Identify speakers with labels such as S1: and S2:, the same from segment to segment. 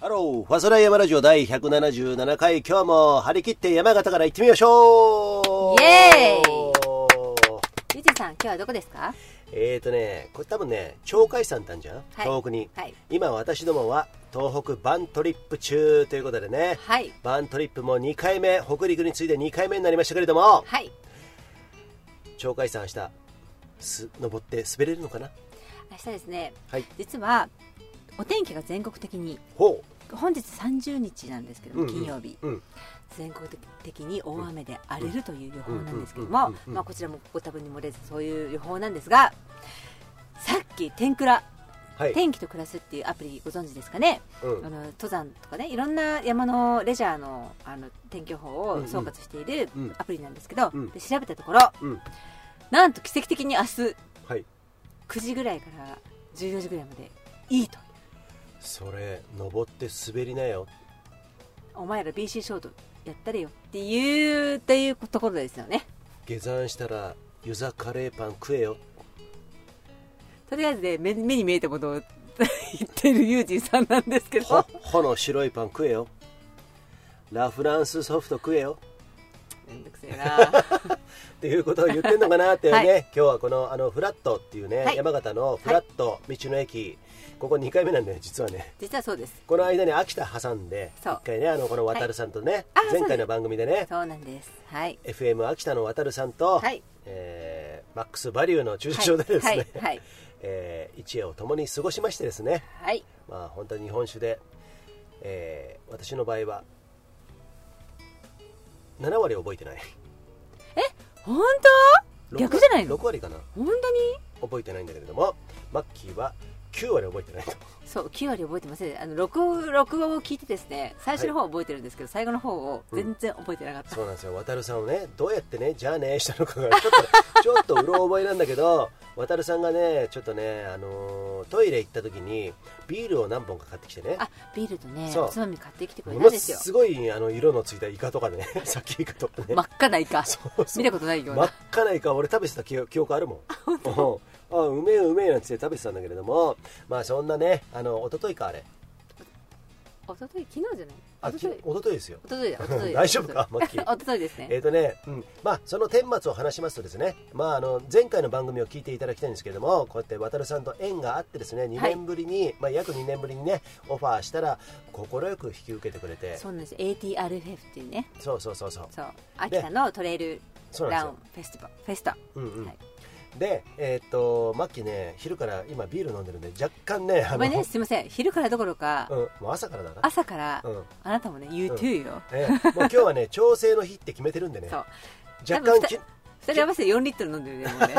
S1: ハロー、ファソライヤマラジオ第177回、今日も張り切って山形から行ってみましょう
S2: イエゆじさん、今日はどこですか
S1: えーとね、これ多分ね、鳥海山なんじゃん、
S2: はい
S1: 東北に。
S2: はい
S1: 今私どもは東北バントリップ中ということでね、
S2: はい
S1: バントリップも2回目、北陸に次いで2回目になりましたけれども、
S2: はい。
S1: 鳥海山明日、す登って滑れるのかな
S2: 明日ですね、
S1: はい。
S2: 実は、お天気が全国的に、
S1: ほ
S2: 本日30日なんですけど
S1: う。うんう
S2: も、
S1: ん
S2: 金曜日、
S1: うん。
S2: 全国的に大雨で荒れるという予報なんですけど
S1: う
S2: も
S1: んうんうんう、ん
S2: まあこちらもご多分に漏れずそういう予報なんですが、さっき天クラ、
S1: はい。
S2: 天気と暮らすっていうアプリご存知ですかね、
S1: うん
S2: あの登山とかねいろんな山のレジャーのあの天気予報を総括している
S1: うんうん
S2: アプリなんですけど、
S1: うん
S2: で調べたところ
S1: うん。
S2: なんと奇跡的に明日
S1: はい。
S2: 9時ぐらいから14時ぐらいまでいいと
S1: それ、登って滑りなよ。
S2: お前ら BC ショートやったれよっていうっていうところですよね
S1: 下山したら、湯ざカレーパン食えよ。
S2: とりあえずね目目に見えたものを 言ってるユージンさんなんですけ
S1: ほ
S2: ど、
S1: ほの白いパン食えよ。ラフランスソフト食えよ。
S2: めんどくせえな
S1: っていうことを言ってんのかなってね、
S2: はい
S1: 今日はこのあのフラットっていうね、
S2: はい
S1: 山形のフラット道の駅、ここ2回目なんだよ実はね
S2: 実はそうです
S1: この間に秋田挟んで
S2: そう
S1: 一回ねあのこの渡るさんとね、
S2: はいあ
S1: 前回の番組でね
S2: そうなんですはい
S1: FM 秋田の渡るさんと、
S2: はい
S1: えーマックスバリューの駐車場でですね、
S2: はいはいはい
S1: えー一夜を共に過ごしましてですね
S2: はい
S1: まあ本当に日本酒で、えー私の場合は7割覚えてない
S2: 本当
S1: 六
S2: 逆じゃないの
S1: 6割かな
S2: 本当に
S1: 覚えてないんだけれどもマッキーは9割覚えてないと
S2: そう9割覚えてませんあの録音録音を聞いてですね最初の方は覚えてるんですけど、最後の方を全然覚えてなかった、
S1: そうなんですよ渡るさんをねどうやってねじゃあねしたのかがちょっ とちょっとうろ覚えなんだけど渡るさんがねちょっとね、あのートイレ行った時にビールを何本か買ってきてね
S2: あビールとね
S1: そう
S2: おつまみ買ってきてくれ
S1: も
S2: たん
S1: の
S2: ですよ
S1: すごいあの色のついたイカとかね さっきイカとかね、
S2: 真っ赤なイカ
S1: そうそう
S2: 見たことないよう
S1: 真
S2: な、
S1: っ赤なイカ俺食べてた記記憶あるもんうんあうめえうめえなんつって食べてたんだけれどもまあそんなねあの一昨日かあれ
S2: おととい昨日じゃない
S1: あ
S2: おと
S1: き
S2: とい
S1: 一昨日ですよ
S2: おとと いだおとといだ
S1: 大丈夫かマッキー
S2: おとといですね
S1: えーとねうんまあ、その顛末を話しますとですね、まあ、あの前回の番組を聞いていただきたいんですけれどもこうやって渡るさんと縁があってですね2年ぶりに、まあ、約2年ぶりにねオファーしたら快く引き受けてくれて
S2: そうなんです ATRFF っていうね
S1: そうそうそうそう
S2: そう秋田のトレイル
S1: そうな
S2: ラ
S1: ん
S2: ウン
S1: で
S2: フェスティバルフェスタ、
S1: すよ、うんうん
S2: はい
S1: で、えー、とマッキーね昼から今ビール飲んでるんで若干ねあの
S2: ごめんねすいません昼からどころか、
S1: うん、もう朝からだな、
S2: 朝から、
S1: うん
S2: あなたもね YouTube よ、
S1: ええもう今日はね調整の日って決めてるんでね
S2: そう
S1: 若
S2: 多
S1: 干
S2: 分
S1: き
S2: 2人合わせて4リットル飲ん でるねもうね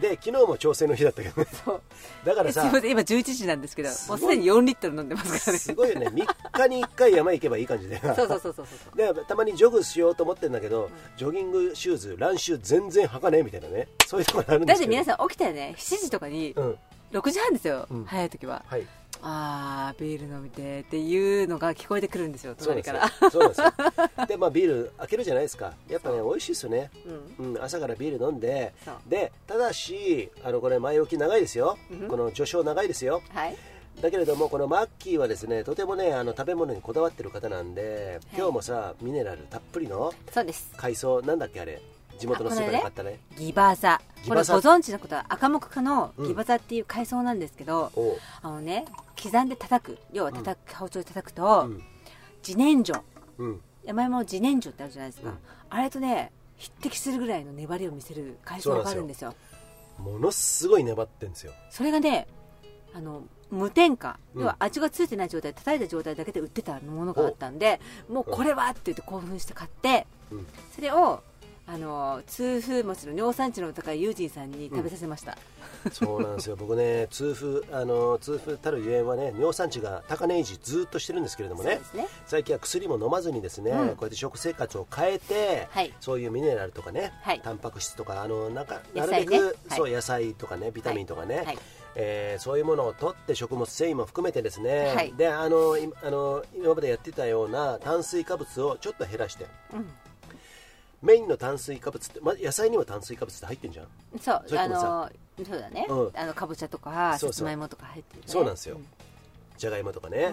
S1: で昨日も調整の日だったけどね
S2: そう
S1: だから
S2: すい
S1: さ
S2: ません今11時なんですけど
S1: す
S2: も
S1: ご
S2: う
S1: い
S2: すでに4リットル飲んでますからね
S1: すごいよね3日に1回山行けばいい感じで
S2: そうそうそうそう そう
S1: でたまにジョグしようと思ってんだけど、ジョギングシューズ乱臭全然履かねえみたいなねそういうところあるんで
S2: だっ
S1: すけ
S2: て
S1: ど
S2: 皆さん起きたらね7時とかに
S1: うん
S2: 6時半ですよ、
S1: うん
S2: 早い時は
S1: はい
S2: あービール飲みてっていうのが聞こえてくるんですよ
S1: そうなん
S2: 隣
S1: です
S2: か
S1: よ
S2: ら
S1: そうなんですよでまあビール開けるじゃないですかやっぱね美味しいですよね
S2: うん
S1: うん、朝からビール飲んで
S2: そう
S1: でただしあのこれ前置き長いですよ、
S2: うん
S1: この序章長いですよ
S2: はい
S1: だけれどもこのマッキーはですねとてもねあの食べ物にこだわってる方なんで今日もさ、ミネラルたっぷりの
S2: そうです
S1: 海藻なんだっけあれ地元のスーパーで買ったね
S2: ギバザ
S1: ギ
S2: これ
S1: バ
S2: ご
S1: ザ
S2: 存知のことは赤目科の
S1: うん
S2: ギバザっていう海藻なんですけど、
S1: おう
S2: あのね刻んで叩く要は叩く、包丁で叩くと、
S1: うん
S2: 自然薯
S1: うん
S2: 山芋の自然薯ってあるじゃないですか、
S1: うん
S2: あれとね匹敵するぐらいの粘りを見せる海藻があるんですよ
S1: ものすごい粘ってんですよ
S2: それがねあの無添加
S1: うん
S2: 要は味がついてない状態叩いた状態だけで売ってたものがあったんでもうこれはって言って興奮して買って
S1: うん
S2: それをあの痛風持ちの尿酸値の高いユージンさんに食べさせました、
S1: そうなんですよ僕ね痛風あの痛風たるゆえんはね尿酸値が高値維持ずっとしてるんですけれども
S2: そう
S1: ね
S2: ですね
S1: 最近は薬も飲まずにですね、
S2: うん
S1: こうやって食生活を変えて、
S2: はい
S1: そういうミネラルとかね、
S2: はい
S1: タンパク質とかあのなんかな
S2: 野
S1: るべ
S2: 菜ね
S1: く、
S2: はい
S1: そう野菜とかねビタミンとかね、
S2: はい
S1: えーそういうものを取って食物繊維も含めてですね、
S2: はい
S1: であのいあの今までやってたような炭水化物をちょっと減らして
S2: うん、
S1: メインの炭水化物って、ま、野菜にも炭水化物って入ってんじゃん
S2: そう
S1: それ
S2: あ
S1: ともさ
S2: のそうだね、
S1: うん
S2: あのかぼちゃとか
S1: そうそう
S2: さつまいもとか入ってる、ね、
S1: そうなんですよ、じゃがいもとかね、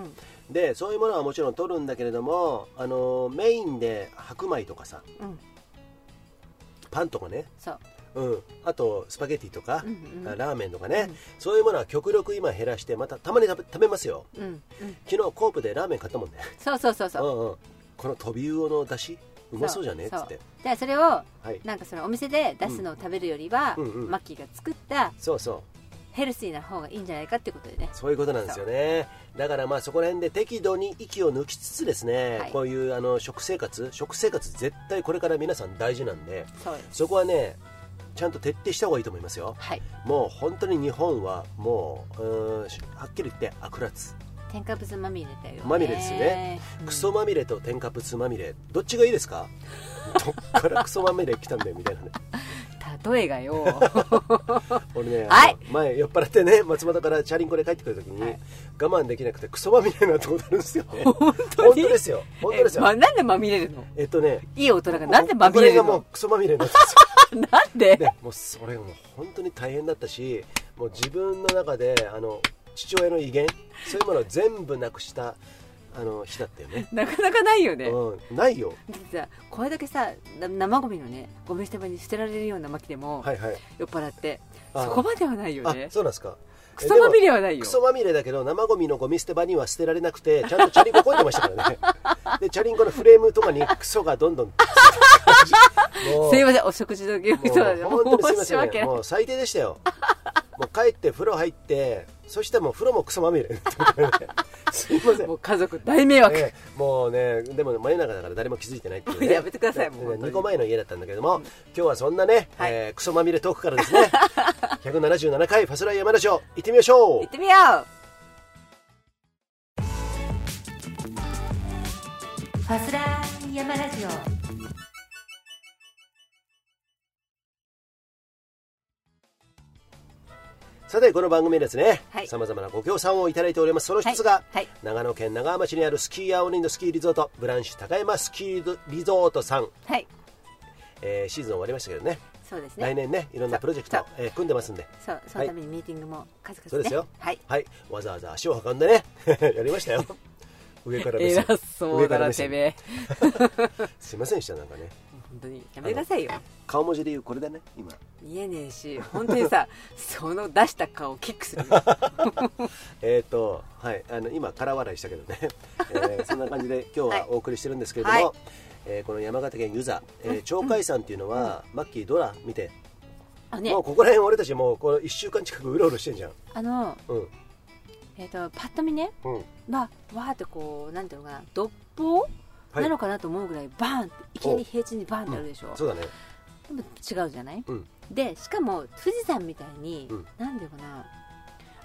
S1: でそういうものはもちろん取るんだけれどもあのメインで白米とかさ
S2: うん
S1: パンとかね、
S2: そう
S1: うん、あとスパゲティとか、
S2: うんうん
S1: ラーメンとかね、
S2: うん
S1: そういうものは極力今減らしてまたたまに食べ食べますよ
S2: うんうん
S1: 昨日コープでラーメン買ったもんね
S2: そうそうそうそう
S1: うんうん、このトビウオの出汁うまそうじゃねっつって
S2: そうでそれを
S1: はい
S2: なんかそのお店で出すのを食べるよりは、
S1: うんうん
S2: マッキーが作った
S1: そうそう
S2: ヘルシーな方がいいんじゃないかっていうことでね
S1: そういうことなんですよねだからまあそこら辺で適度に息を抜きつつですね、
S2: はい
S1: こういうあの食生活食生活絶対これから皆さん大事なんで
S2: そうです
S1: そこはねちゃんと徹底した方がいいと思いますよ
S2: はい
S1: もう本当に日本はもううーんしはっきり言って悪辣
S2: 添加物まみれだよね
S1: まみれですよね、
S2: うん
S1: クソまみれと添加物まみれどっちがいいです かどっからクソまみれ来たんだよみたいなね
S2: 例えが よ
S1: 俺ね、
S2: はい
S1: あの前酔っ払ってね松本からチャリンコで帰ってくるときに、
S2: はい
S1: 我慢できなくてクソまみれになったことあるんですよね
S2: 本
S1: 本当ですよ本当です
S2: えま
S1: よ
S2: なんでまみれるの
S1: えっとね
S2: いい大人がなんでまみ
S1: ここ
S2: れる
S1: れがもう
S2: の
S1: クソまみれになったんですよ
S2: なんで、
S1: でもうそれがもう本当に大変だったしもう自分の中であの父親の威厳そういうものを全部なくしたあの日だったよね、
S2: なかなかないよね、
S1: うん、ないよ
S2: だってさこれだけさな生ゴミのねゴミ捨て場に捨てられるような薪でも、
S1: はいはい
S2: 酔っ払って
S1: あー
S2: そこまではないよ
S1: あ
S2: ね
S1: そうなんですか
S2: クソまみれはないよ
S1: クソまみれだけど生ゴミのゴミ捨て場には捨てられなくてちゃんとチャリンコこいてましたからね でチャリンコのフレームとかにクソがど んどんもう
S2: すいませんお食事の業務とは
S1: もう本当に
S2: 申
S1: す
S2: し
S1: いませ
S2: 訳なんい
S1: もう最低でしたよもう帰って風呂入ってそしたらもう風呂もクソまみれ すいません
S2: もう家族大迷惑、
S1: ええもうねでも真夜中だから誰も気づいてないっていう、ね、
S2: やめてくださいもう本当に
S1: 2個前の家だったんだけども、今日はそんなね、
S2: はい
S1: えークソまみれトークからです ね177回ファスライヤマラジオ行ってみましょう
S2: 行ってみようファスラー山ラジオ
S1: さてこの番組ですね
S2: はい
S1: さまざまなご協賛をいただいておりますその一つが、
S2: はいはい
S1: 長野県長浜市にあるスキーアオリンのスキーリゾートブランシュ高山スキーリゾートさん、
S2: はい
S1: えーシーズン終わりましたけどね
S2: そうです
S1: 来
S2: ね
S1: 年ねいろんなプロジェク
S2: そ
S1: ト
S2: う、
S1: えー組んでますんで
S2: そうそのためにミーティングも数々ね、
S1: そうですよ
S2: はい
S1: はいわざわざ足を運んでね やりましたよ上からです
S2: 偉
S1: よ
S2: そうだなてめ
S1: 線
S2: え
S1: すいませんでしたなんかね
S2: 本当にやめてくださいよ
S1: 顔文字で言うこれだね今
S2: 言えねえし本当にさその出した顔をキックする よ
S1: えっ、とはいあの今空笑いしたけどね、 えーそんな感じで今日
S2: はい
S1: はお送りしてるんですけれども、
S2: はい
S1: えーこの山形県湯沢、えー、鳥海山っていうのは、マッキードラ見て、
S2: あね
S1: もうここら辺俺たちもうこの1週間近くうろうろしてんじゃん
S2: あの
S1: うん
S2: えっ、とパッと見ね
S1: うん
S2: まあわーってこうなんていうのかな独房
S1: はい
S2: なのかなと思うぐらいバーンっていきなり平地にバーンってあるでしょ、
S1: そうだね
S2: でも違うじゃない、
S1: うん
S2: でしかも富士山みたいに、
S1: うん
S2: なんていうかな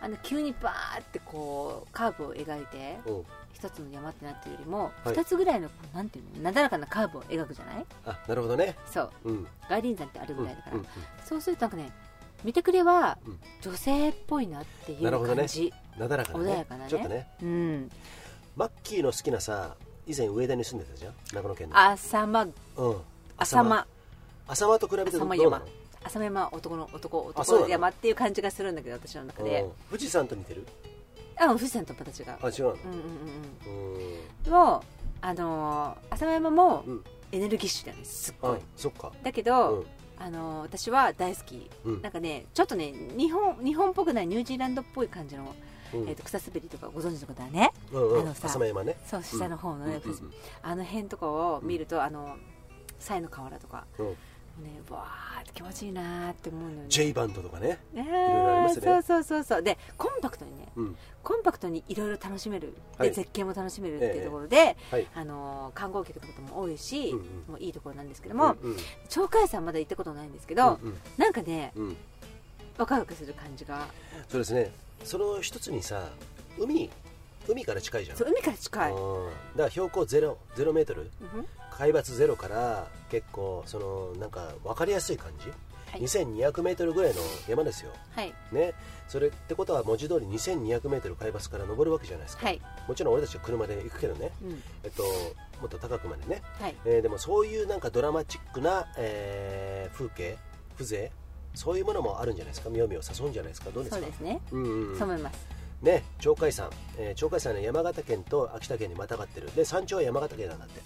S2: あの急にバーってこうカーブを描いて
S1: うん
S2: 一つの山ってなってるよりも
S1: はい
S2: 二つぐらいのこうなんていうのなだらかなカーブを描くじゃない
S1: あなるほどね
S2: そう
S1: うん
S2: 外輪山ってある
S1: うん
S2: ぐ
S1: うん
S2: らいだから、
S1: うん
S2: そうするとなんかね見てくれは
S1: うん
S2: 女性っぽいなっていう
S1: なるほどね
S2: 感じ、
S1: なだらかな、ね、
S2: 穏やかなね
S1: ちょっとね
S2: うん
S1: マッキーの好きなさ以前上田に住んでたじゃん長野県の
S2: 浅間
S1: うん
S2: 浅間
S1: 浅間と比べてどう
S2: 浅間
S1: な
S2: 山
S1: の
S2: 浅間山は男の男
S1: あそうな
S2: 男
S1: の
S2: 山っていう感じがするんだけど私の中で
S1: うん富士山と似てる
S2: あ富士山とまた違う
S1: あ違うの
S2: うんうん
S1: うん
S2: うんうんもうあのー浅間山も
S1: うん
S2: エネルギッシュだねすっ
S1: あ
S2: ごい
S1: そっか
S2: だけ
S1: う
S2: ど、
S1: ん
S2: あのー私は大好き
S1: うん
S2: なんかねちょっとね日本日本っぽくないニュージーランドっぽい感じの、
S1: うん
S2: えー、と草滑りとかご存知の方はね
S1: うんうん
S2: あのさ
S1: 浅間山ね
S2: そう下の方のね、
S1: うんうんうん
S2: あの辺とかを見ると、あの賽の河原とか、
S1: うん
S2: ねわーって気持ちいいなーって思うのよね
S1: J バンドとかねろ
S2: ね
S1: いろありますね
S2: そうそうそうそうでコンパクトにね
S1: うん
S2: コンパクトにいろいろ楽しめる、
S1: はい
S2: で絶景も楽しめるって
S1: え
S2: い
S1: え
S2: うところで、
S1: はい
S2: あのー観光客のことも多いし、
S1: うんうん
S2: もういいところなんですけども、
S1: うんうん
S2: 鳥海山まだ行ったことないんですけど、
S1: うん
S2: なんかね
S1: うんうん
S2: ワクワクする感じが
S1: そうですねその一つにさ海海から近いじゃん
S2: そう海から近い、
S1: うんだから標高ゼロゼロメートル
S2: うん
S1: 海抜ゼロから結構そのなんか分かりやすい感じ、
S2: はい
S1: 2200メートルぐらいの山ですよ
S2: はい
S1: ねそれってことは文字通り2200メートル海抜から登るわけじゃないですか、
S2: はい、
S1: もちろん俺たちは車で行くけどね
S2: うん
S1: えっともっと高くまでね、
S2: はい、
S1: えーでもそういうなんかドラマチックな、えー風景風情そういうものもあるんじゃないですか妙味を誘うんじゃないですかどうで
S2: そ
S1: す
S2: う
S1: か
S2: ですね、
S1: うんうんうん
S2: そう思います
S1: ね、鳥海山、えー鳥海山は山形県と秋田県にまたがってるで山頂は山形県なんだって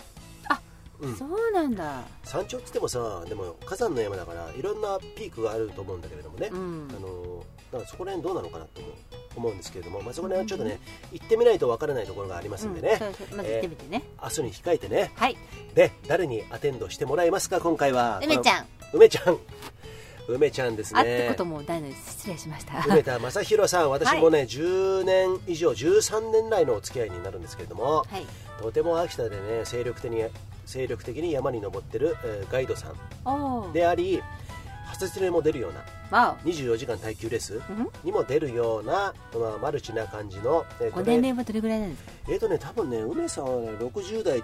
S1: うん
S2: そうなんだ
S1: 山頂っつってもさでも火山の山だからいろんなピークがあると思うんだけれどもね、
S2: うん
S1: あのだからそこら辺どうなのかなと思う思うんですけれども、まあ、そこら辺はちょっとね、行ってみないとわからないところがありますんでね、
S2: うんそうそうまず行ってみてね、
S1: 明日に控えてね
S2: はい
S1: で誰にアテンドしてもらえますか今回は
S2: 梅ち
S1: ん
S2: ゃん
S1: 梅ちゃん 梅ちゃんですね
S2: あってこともないので失礼しました
S1: 梅田正宏さん、私もね、10年以上、13年来のお付き合いになるんですけれども、
S2: はい
S1: とても秋田でね、精力的に精力的に山に登ってる、えーガイドさん
S2: おお
S1: であり、発説にも出るような、
S2: わ
S1: 24時間耐久レース
S2: おうん
S1: にも出るような、まあ、マルチな感じの、えー
S2: ご
S1: と
S2: 年
S1: ね、
S2: 齢はどれぐらいなんですか
S1: えーとね多分ね、梅さんはね、60代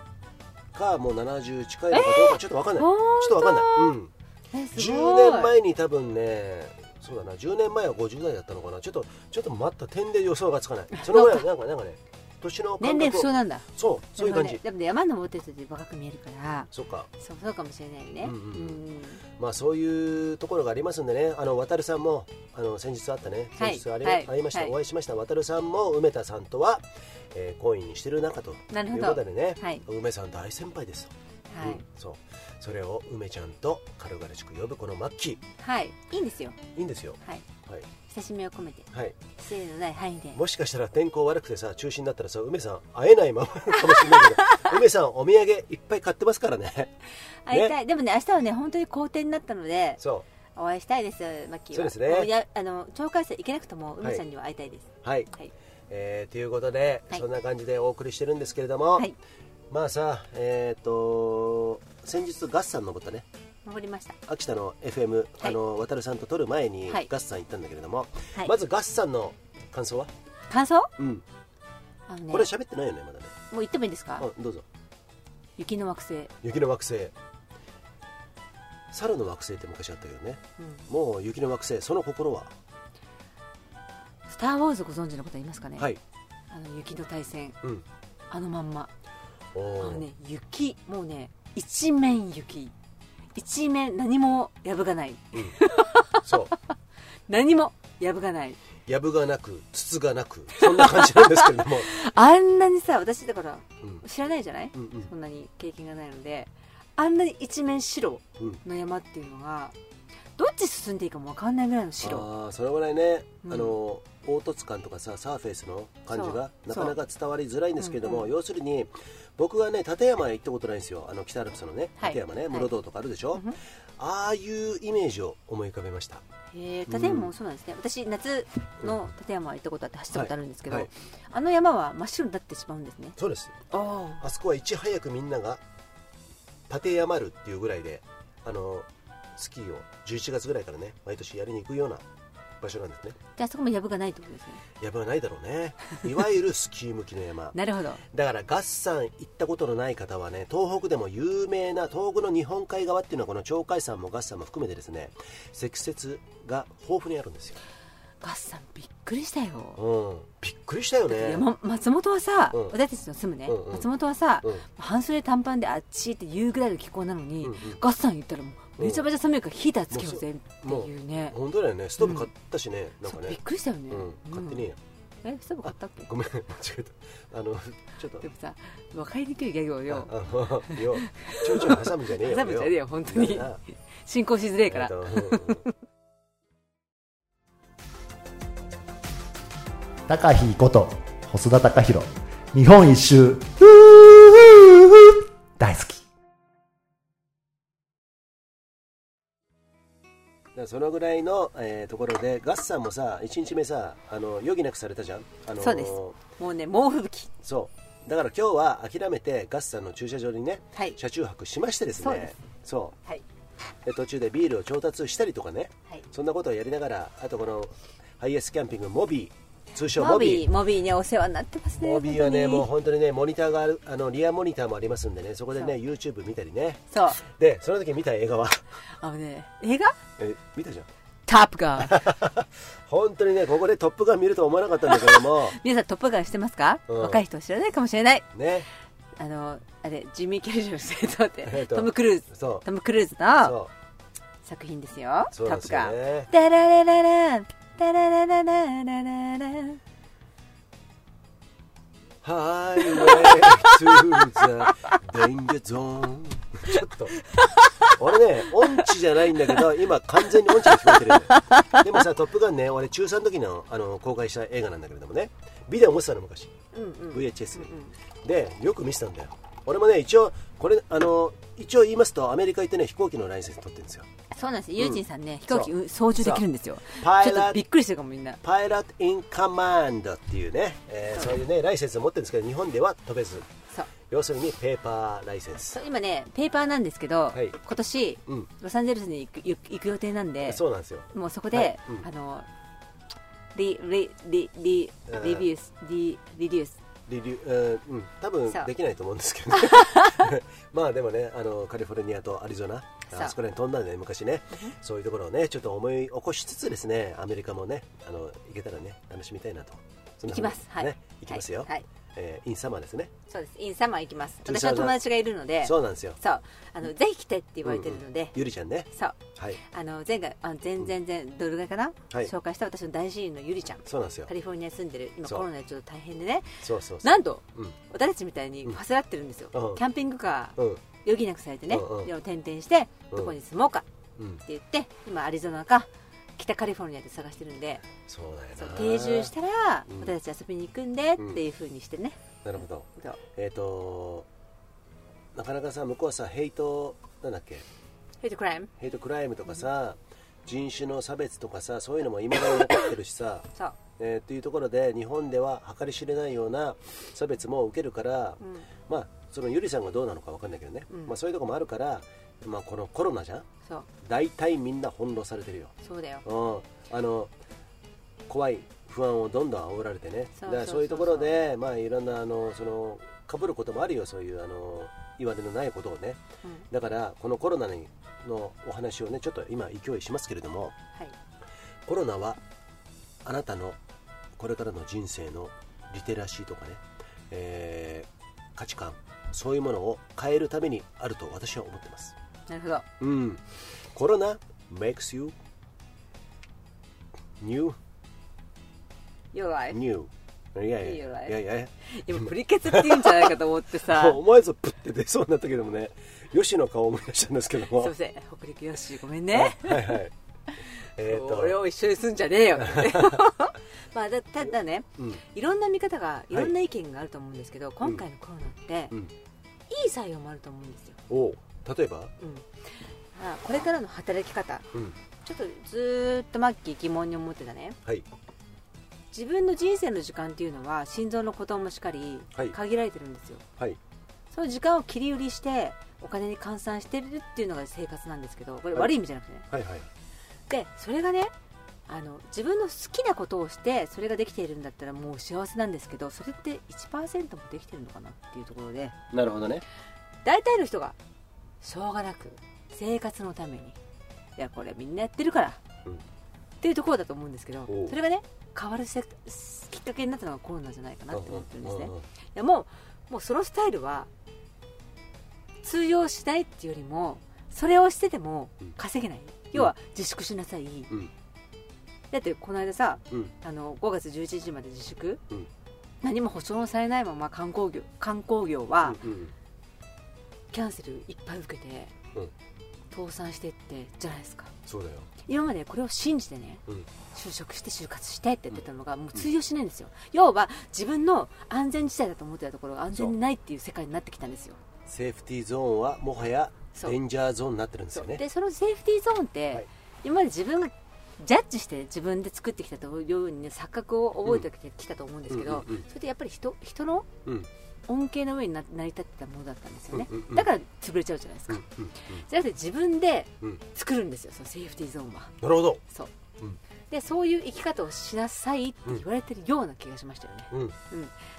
S1: か、もう70近いのかどうか、ちょっとわかんない、
S2: ほん
S1: ちょっとわかんない。うん
S2: えすごい
S1: 10年前に多分ねそうだな10年前は50代だったのかなちょっとちょっと待った点で予想がつかないそのぐらいなんかなんかね年の感覚を
S2: 年齢不詳なんだ
S1: そうそういう感じ、
S2: でもねでもね山登ってる人って若く見えるから
S1: そっか
S2: そうそうかもしれないよね
S1: うんうんう
S2: うん
S1: まあそういうところがありますんでねあの渡さんもあの先日あったね
S2: はい
S1: 先日あれ、
S2: はい
S1: 会いました、
S2: はい
S1: お会いしました渡さんも梅田さんとは、えー、懇意にしてる仲と
S2: なる
S1: い
S2: ほ
S1: う
S2: ど
S1: ことでね、
S2: はい
S1: 梅さん大先輩ですと、
S2: は
S1: う
S2: い
S1: んそうそれを梅ちゃんと軽々しく呼ぶこのマッキー
S2: はいいいんですよ
S1: いいんですよ
S2: はい
S1: はい、
S2: 親しみを込めて
S1: はい、
S2: 失礼のない範囲で
S1: もしかしたら天候悪くてさ中止になったらさ梅さん会えないまま かもしれないけど梅さんお土産いっぱい買ってますからね
S2: 会いたいでもね明日はね本当に好天になったので
S1: そ
S2: お会いしたいですマッキーは
S1: そうですね
S2: もいやあの鳥海山行けなくとも梅さんには会いたいです
S1: うはい、
S2: はい
S1: えーということで、
S2: はい
S1: そんな感じでお送りしてるんですけれども、
S2: はい
S1: まあさえっ、と先日ガッサン登ったね
S2: 登りました
S1: 秋田の FM、あの渡るさんと撮る前に
S2: はい
S1: ガッサン行ったんだけれども、
S2: はい
S1: まずガッサンの感想は、
S2: 感想
S1: うん、
S2: あのね
S1: これ喋ってないよねまだね
S2: もう行ってもいいですか
S1: うんどうぞ
S2: 雪の惑星
S1: 雪の惑星猿の惑星って昔あったけどね
S2: うん
S1: もう雪の惑星その心は
S2: スター・ウォーズご存知の方いますかね、
S1: はい、
S2: あの雪の大戦
S1: うん、
S2: あのまんま
S1: お
S2: あ
S1: ー
S2: のね雪もうね一面雪一面何もやぶがない
S1: そ、
S2: 何もやぶがないう
S1: やぶがなく、筒がなく、そんな感じなんですけれ ども、
S2: あんなにさ私だから
S1: うん、
S2: 知らないじゃない
S1: うん、うん、
S2: そんなに経験がないのであんなに一面白
S1: うん
S2: の山っていうのがどっち進んでいいかも分かんないぐらいの白
S1: ああ、そのぐらいね、
S2: うん
S1: あの、凹凸感とかさ、サーフェイスの感じが、な
S2: そう
S1: かなか伝わりづらいんですけれども、
S2: うんうん
S1: 要するに。僕はね、立山へ行ったことないんですよ、あの北アルプスのね、
S2: はい
S1: 立山ね、
S2: はい
S1: 室堂とかあるでしょ、
S2: うんうん
S1: ああいうイメージを思い浮かべました。
S2: へえ立山もそうなんですね私夏の立山行ったことあって走ったことあるんですけど、
S1: はいはい
S2: あの山は真っ白になってしまうんですね
S1: そうです。
S2: ああ
S1: あそこはいち早くみんなが立て山るっていうぐらいであのスキーを11月ぐらいからね毎年やりに行くような場所なんですね
S2: じゃあそこもやぶがないってことですね
S1: 山はないだろう ねいわゆるスキー向きの山
S2: なるほど
S1: だからガッサン行ったことのない方はね東北でも有名な東北の日本海側っていうのはこの鳥海山もガッサンも含めてですね積雪が豊富にあるんですよ、
S2: ガッサンびっくりしたよ、
S1: うん、びっくりしたよ
S2: だって
S1: ね、
S2: 山松本はさ、
S1: うん
S2: 私たちの住むね、
S1: うんうん
S2: 松本はさ、
S1: うん
S2: 半袖短パンであっちって言うぐらいの気候なのに、
S1: うんうん
S2: ガッサン行ったらもうめちゃめちゃ寒いからヒーターつけようぜって
S1: もう
S2: いうね
S1: 本当だよねストーブ買ったしね、なん
S2: そう
S1: か
S2: びっ
S1: ね、
S2: くりしたよね、
S1: うん、買って
S2: う
S1: ねえ
S2: ん
S1: や
S2: えストーブ買ったっけ
S1: ごめん間違えたあのちょっと
S2: でもさ分かりにくいギャグをよ
S1: ああよちょいちょい挟むんじゃねえよ
S2: 挟むんじゃねえよ本当に
S1: なあ
S2: 進行しづらいから
S1: えっとうん
S3: 高飛こと細田高弘日本一周大好き
S1: だからそのぐらいの、えーところでガッサンもさ1日目さあの余儀なくされたじゃんあの
S2: そうですもうね猛吹雪
S1: そうだから今日は諦めてガッサンの駐車場にね、
S2: はい
S1: 車中泊しましてですね
S2: そうです
S1: そ
S2: はい、
S1: うで途中でビールを調達したりとかね
S2: はい、
S1: そんなことをやりながらあとこのハイエースキャンピングモビー通称
S2: モ
S1: モビー
S2: ビーモビーねお世話になってますね
S1: モビーはね
S2: 本当に
S1: もう本当にねモニターがあるあのリアモニターもありますんでねそこでね
S2: そ
S1: YouTube 見たりね
S2: そう
S1: でその時見た映画は
S2: あのね映画
S1: え見たじゃん
S2: タップガ ン
S1: 本当にねここでトップガン見るとは思わなかったんだけど も
S2: 皆さんトップガンしてますか、
S1: うん
S2: 若い人は知らないかもしれない
S1: ね
S2: あのあれジミー・キャリション先生って、
S1: えっと
S2: トム・クルーズ
S1: そう
S2: トム・クルーズの
S1: そ
S2: 作品ですよ
S1: うそうな
S2: タ
S1: ん
S2: ッ
S1: で
S2: プ
S1: すよ
S2: ガン
S1: ね
S2: ダラララランダラララララララン
S1: Highway to the danger zone ちょっと俺ね音痴じゃないんだけど今完全に音痴が聞こえてるんだよでもさ「トップガンね」俺中3の時のあの公開した映画なんだけれどもねビデオ持ってたの昔
S2: うんうん。
S1: VHS に、でよく見せたんだよ俺もね一応これあの一応言いますとアメリカ行ってね飛行機のライセンス取ってるんですよ
S2: そうなんです。ユージンさんね、飛行機
S1: そう
S2: 操縦できるんですよ。
S1: パ
S2: ち
S1: イ
S2: ょっと
S1: ラ
S2: びっくりしてるかもみんな。
S1: パイロット・イン・カマンドっていうね、えーそういうねライセンスを持ってるんですけど日本では飛べず
S2: そう。
S1: 要するにペーパーライセンス
S2: そう今ね、ペーパーなんですけど、
S1: はい
S2: 今年、
S1: うん
S2: ロサンゼルスに行く行く行く予定なんで、
S1: そうなんですよ
S2: もうそこで、
S1: はいうん
S2: あの、リ、リ、リ、リ、
S1: うん
S2: リビュース、リ、リデュース。
S1: リリュえーうん多分
S2: そう
S1: できないと思うんです けど、ね、まあでもねあのカリフォルニアとアリゾナ
S2: そう
S1: あそこら辺飛んだんでね昔ねそういうところをねちょっと思い起こしつつですねアメリカもねあの行けたらね楽しみたいなとそん
S2: 行
S1: な
S2: きます。はい。
S1: ね、行きますよ、
S2: はい。はい
S1: えーインサマーですね
S2: そうです。インサマー行きます。
S1: イン
S2: 私
S1: サマー
S2: の友達がいるので、
S1: そうなんですよ
S2: そうあの、ぜひ来てって言われてるので、
S1: ゆりちゃんね
S2: そう。
S1: はい
S2: あの前回あ前前前どれぐらいかな、
S1: はい
S2: 紹介した私の大親友のゆりちゃん
S1: そうなんですよ
S2: カリフォルニアに住んでる今
S1: そう
S2: コロナでちょっと大変でね
S1: そうそうそう
S2: なんと
S1: うん
S2: 私たちみたいにファスらってるんですよ、
S1: うん
S2: キャンピングカー
S1: うん
S2: 余儀なくされてね、
S1: うんうん
S2: でも転々して
S1: うん
S2: どこに住もうか
S1: うん
S2: って言って今アリゾナか北カリフォルニアで探してるんで
S1: そうだ
S2: そう
S1: よな
S2: 定住したら
S1: うん
S2: 私たち遊びに行くんでっていうふうにしてね、
S1: なるほど
S2: そう
S1: えっ、となかなかさ向こうはさヘイトなんだっけ
S2: ヘイトクライム
S1: ヘイトクライムとかさ、人種の差別とかさそういうのも今まで残ってるしさ
S2: そう、
S1: えーっていうところで日本では計り知れないような差別も受けるから、
S2: うん、
S1: まあそのゆりさんがどうなのかわかんないけどね、
S2: うん
S1: まあ、そういうとこもあるから、まあ、このコロナじゃん
S2: そう
S1: 大体みんな翻弄されてるよ、
S2: そうだよ
S1: うん、あの怖い不安をどんどん煽られてね
S2: そうそうそうそう
S1: だからそういうところで、まあ、いろんなあのそのかぶることもあるよそういうあの言われのないことをね
S2: うん
S1: だからこのコロナにのお話をねちょっと今勢いしますけれども
S2: はい
S1: コロナはあなたのこれからの人生のリテラシーとかね、えー価値観そういうものを変えるためにあると私は思ってます
S2: なるほど
S1: うんコロナ makes you new
S2: You're right
S1: new いやいやい
S2: You're right
S1: やいやいや
S2: 今プリケツって言うんじゃないかと思っ てさ
S1: 思わずプッて出そうになったけどもね吉の顔を思い出したんですけど
S2: すい
S1: も
S2: ません北陸よしごめんね
S1: はい はいえー
S2: 俺を一緒にすんじゃねえよ まあだただね
S1: うん
S2: いろんな見方がいろんな意見があると思うんですけど、今回のコロナって、
S1: うん
S2: いい作用もあると思うんですよ、
S1: お例えば、
S2: うんまあ、これからの働き方
S1: うん、
S2: ちょっとずーっとマッキー疑問に思ってたね
S1: はい
S2: 自分の人生の時間っていうのは心臓のこともしっかり
S1: はい
S2: 限られてるんですよ、
S1: はい
S2: その時間を切り売りしてお金に換算してるっていうのが生活なんですけどこれ
S1: はい
S2: 悪い意味じゃなくてね、
S1: はいはい
S2: でそれがねあの自分の好きなことをしてそれができているんだったらもう幸せなんですけどそれって1%もできてるのかなっていうところで
S1: なるほどね
S2: 大体の人がしょうがなく生活のためにいやこれみんなやってるから、
S1: うん
S2: っていうところだと思うんですけど
S1: おう
S2: それがね変わるせきっかけになったのがコロナじゃないかなって思ってるんですね
S1: ううう
S2: いやもうもうそのスタイルは通用しないっていうよりもそれをしてても稼げない、要は自粛しなさい、
S1: ん
S2: だってこの間さ
S1: うん
S2: あの5月11日まで自粛、
S1: うん
S2: 何も保証されないまま観光業観光業は
S1: うんうん
S2: キャンセルいっぱい受けて、
S1: うん
S2: 倒産してってじゃないですか
S1: そうだよ
S2: 今までこれを信じてね、
S1: うん
S2: 就職して就活してってやってたのがもう通用しないんですよ、要は自分の安全地帯だと思ってたところが安全でないっていう世界になってきたんですよ
S1: セーフティーゾーンはもはや
S2: そう
S1: デンジャーゾーンになってるんです
S2: そ
S1: よ
S2: う
S1: ね
S2: でそのセーフティーゾーンって、
S1: はい
S2: 今まで自分がジャッジして自分で作ってきたというように、ね、錯覚を覚えてきたと思うんですけど、
S1: うんうんうん
S2: それってやっぱり人人の
S1: うん
S2: 恩恵の上にな成り立ってたものだったんですよね、
S1: うんうんうん
S2: だから潰れちゃうじゃないです
S1: う
S2: か、
S1: んうん
S2: じゃなくて自分で
S1: うんうん
S2: 作るんですよそのセーフティーゾーンは
S1: なるほど
S2: そう、
S1: うん
S2: でそういう生き方をしなさいって言われてるような気がしましたよね、
S1: うん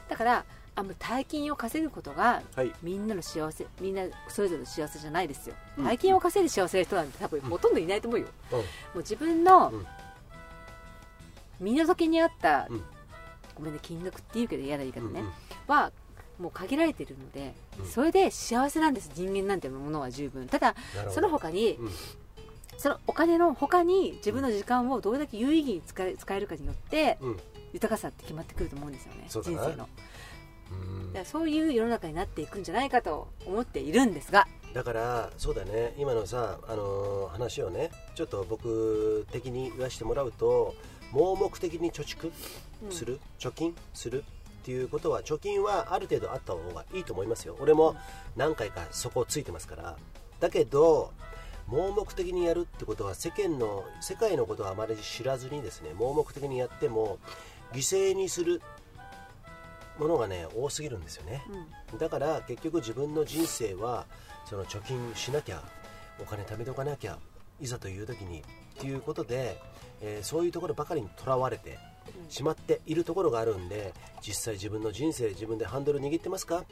S2: だからあんまり大金を稼ぐことが
S1: はい
S2: みんなの幸せみんなそれぞれの幸せじゃないですよ
S1: うん
S2: 大金を稼いで幸せな人なんて多分
S1: うん
S2: ほとんどいないと思うよ、
S1: うん
S2: もう自分の
S1: うん
S2: 身の丈に合った、
S1: うん
S2: ごめんね金額って言うけど嫌な言い方ね、
S1: うんうん
S2: はもう限られてるので、
S1: うん
S2: それで幸せなんです人間なんてものは十分ただ
S1: なるほど
S2: その他に、
S1: うん
S2: そのお金の他に自分の時間をどれだけ有意義に使え使えるかによって
S1: うん
S2: 豊かさって決まってくると思うんですよね、
S1: そうだ
S2: 人
S1: な
S2: 生の
S1: うん
S2: だからそういう世の中になっていくんじゃないかと思っているんですが
S1: だからそうだね今のさ、あのー話をねちょっと僕的に言わせてもらうと盲目的に貯蓄
S2: うん
S1: する、貯金するっていうことは貯金はある程度あった方がいいと思いますよ俺も何回かそこをついてますからだけど盲目的にやるってことは世間の世界のことはあまり知らずにですね盲目的にやっても犠牲にするものがね多すぎるんですよね、
S2: うん
S1: だから結局自分の人生はその貯金しなきゃお金貯めておかなきゃいざという時にっていうことで、えーそういうところばかりにとらわれてしまっているところがあるんで実際自分の人生自分でハンドル握ってますか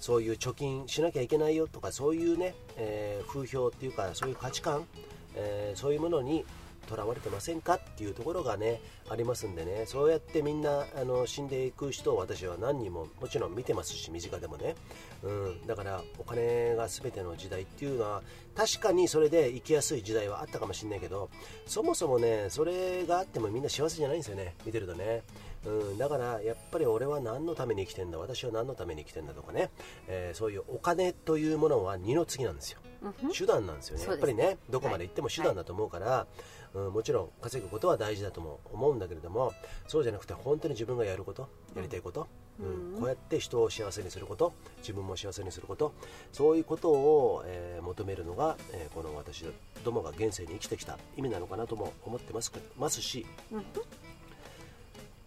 S1: そういう貯金しなきゃいけないよとかそういうね、えー風評っていうかそういう価値観、えーそういうものにとらわれてませんかっていうところがねありますんでねそうやってみんなあの死んでいく人を私は何人ももちろん見てますし身近でもね、うん、だからお金が全ての時代っていうのは確かにそれで生きやすい時代はあったかもしれないけどそもそもねそれがあってもみんな幸せじゃないんですよね見てるとね、うん、だからやっぱり俺は何のために生きてんだ私は何のために生きてんだとかね、えーそういうお金というものは二の次なんですよ
S2: うんうん
S1: 手段なんですよね
S2: そう
S1: やっ
S2: です
S1: ぱりねどこまで行っても手段だと思うから、うん、もちろん稼ぐことは大事だとも思うんだけれどもそうじゃなくて本当に自分がやることやりたいこと、うんこうやって人を幸せにすること自分も幸せにすることそういうことを、えー求めるのが、えーこの私どもが現世に生きてきた意味なのかなとも思ってますけますし
S2: うん
S1: っ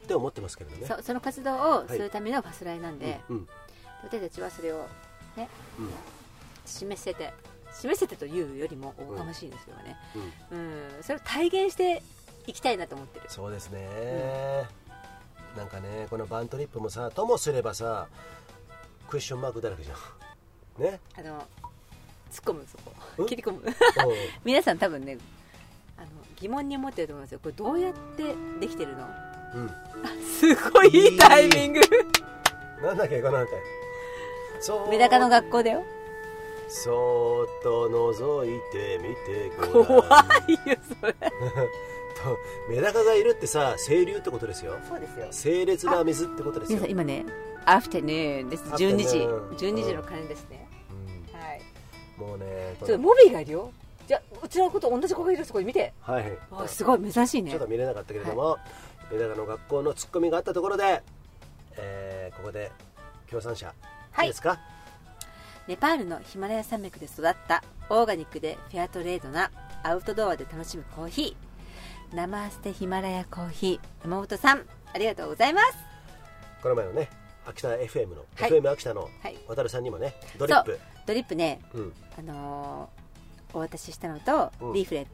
S1: て思ってますけれどね。
S2: そうその活動をするためのファスライなんで、
S1: うんうん
S2: 私たちはそれをね
S1: うん
S2: 示せて示せてというよりもおこがましいですよね、
S1: うん
S2: うんそれを体現していきたいなと思ってる
S1: そうですね、なんかねこのバントリップもさともすればさクエスチョンマークだらけじゃん ね
S2: あの突っ込むそ
S1: うん
S2: こ切り込む
S1: うん
S2: 皆さん多分ねあの疑問に思ってると思いますよこれどうやってできてるの
S1: うん、
S2: すごいいいタイミング
S1: なんだっけこの辺りそ
S2: メダカの
S1: が
S2: 学校だよ
S1: そーっと覗いてみてごらん
S2: 怖いよそれ
S1: とメダカがいるってさ清流ってことですよ
S2: そうですよ
S1: 清冽な水ってことですよ
S2: 皆さん、今ねアフテヌーンです
S1: アフテ
S2: 12
S1: ヌーン
S2: 時
S1: うん
S2: 12時の鐘ですね、
S1: うん
S2: はい
S1: もうねこ
S2: ちょっと
S1: の
S2: モビーがいるよじゃあうちの子と同じ子がいるそこに見て
S1: はい
S2: あすごい珍し
S1: ち
S2: い
S1: ょ
S2: ね
S1: っと見れなかったけれども、メダカの学校のツッコミがあったところで、えーここで協賛者、
S2: はい
S1: いですか
S2: ネパールのヒマラヤ山脈で育ったオーガニックでフェアトレードなアウトドアで楽しむコーヒーナマステヒマラヤコーヒー山本さんありがとうございます
S1: この前のね秋田 FM の、
S2: はい
S1: FM 秋田の
S2: はい
S1: 渡さんにもねドリッ
S2: そ
S1: プ
S2: ドリップね、
S1: うん
S2: あのーお渡ししたのと、
S1: うん
S2: リーフレッ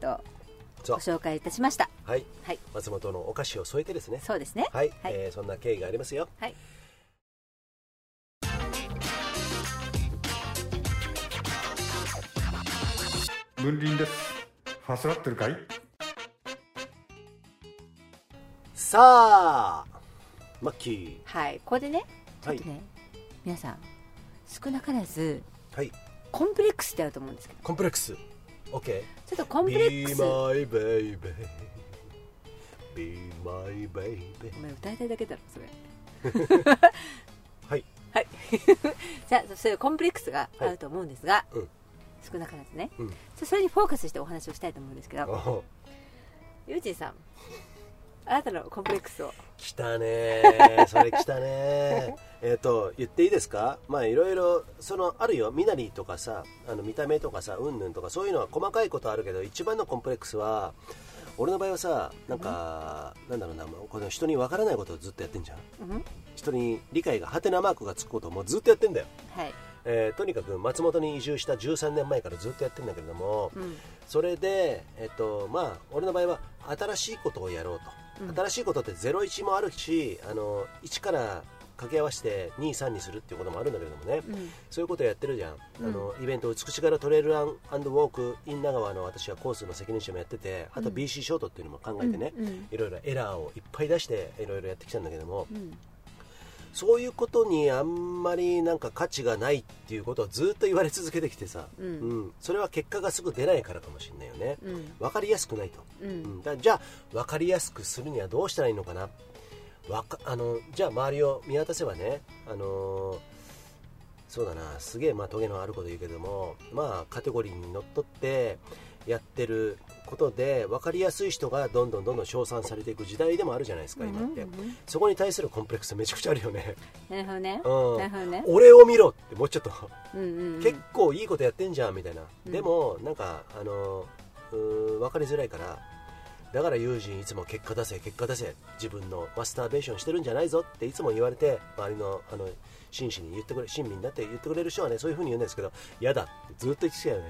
S2: トを
S1: そ
S2: ご
S1: う
S2: 紹介いたしました
S1: はい
S2: はい
S1: 松本のお菓子を添えてですね
S2: そうですね
S1: はい、
S2: はい
S1: えーそんな経緯がありますよ
S2: はい
S3: ムンリンです。ファスラってるかい
S1: さあマッキー
S2: はいここでねちょっとね、皆さん少なからず
S1: はい
S2: コンプレックスってあると思うんですけど
S1: コンプレックス OK
S2: ちょっとコンプレックス
S1: Be
S2: お
S1: my baby Be my baby
S2: 前歌いたいだけだろそれ
S1: はい
S2: はい じゃあそういうコンプレックスがあると思うんですが、
S1: うん
S2: 少なからずね、
S1: うん
S2: ちょっとそれにフォーカスしてお話をしたいと思うんですけ
S1: お
S2: ど
S1: お
S2: ユージンさんあなたのコンプレックスを
S1: 来たねーそれ来たねーえっと言っていいですかまあいろいろそのあるよ身なりとかさあの見た目とかさうんぬんとかそういうのは細かいことあるけど一番のコンプレックスは俺の場合はさなんか、なんだろうなもうこの人に分からないことをずっとやってんじゃん
S2: うんは
S1: 人に理解がハテナマークがつくことをもうずっとやってんだよ、
S2: い、
S1: えーとにかく松本に移住した13年前からずっとやってんだけれども、
S2: うん
S1: それで、えっとまあ、俺の場合は新しいことをやろうと、
S2: うん
S1: 新しいことって01もあるしあの1から掛け合わせて23にするっていうこともあるんだけれどもね、
S2: うん
S1: そういうことやってるじゃん、
S2: うん
S1: あのイベント「美しがらトレイルランウォーク in 長川」の私はコースの責任者もやっててあと
S2: うん
S1: BC ショートっていうのも考えてね、
S2: うんうん
S1: いろいろエラーをいっぱい出していろいろやってきたんだけども、
S2: うん
S1: そういうことにあんまりなんか価値がないっていうことをずっと言われ続けてきてさ、
S2: うん
S1: うんそれは結果がすぐ出ないからかもしれないよね、
S2: うん
S1: 分かりやすくないと、
S2: うん
S1: だじゃあ分かりやすくするにはどうしたらいいのかなわかあのじゃあ周りを見渡せばね、あのーそうだなすげえまあトゲのあること言うけどもまあカテゴリーにのっとってやってることで分かりやすい人がどんどんどんどん称賛されていく時代でもあるじゃないですか今って、
S2: うんうんうん
S1: そこに対するコンプレックスめちゃくちゃあるよね、
S2: なるほどね
S1: う。ん
S2: なるほどね。
S1: 俺を見ろってもうちょっと
S2: うんうんうん。
S1: 結構いいことやってんじゃんみたいな、
S2: うん
S1: でもなんかあのうー分かりづらいからだから友人いつも結果出せ結果出せ自分のマスターベーションしてるんじゃないぞっていつも言われて周りのあの真摯に言ってくれ親身になって言ってくれる人はねそういうふうに言うんですけど嫌だってずっと言ってきたよね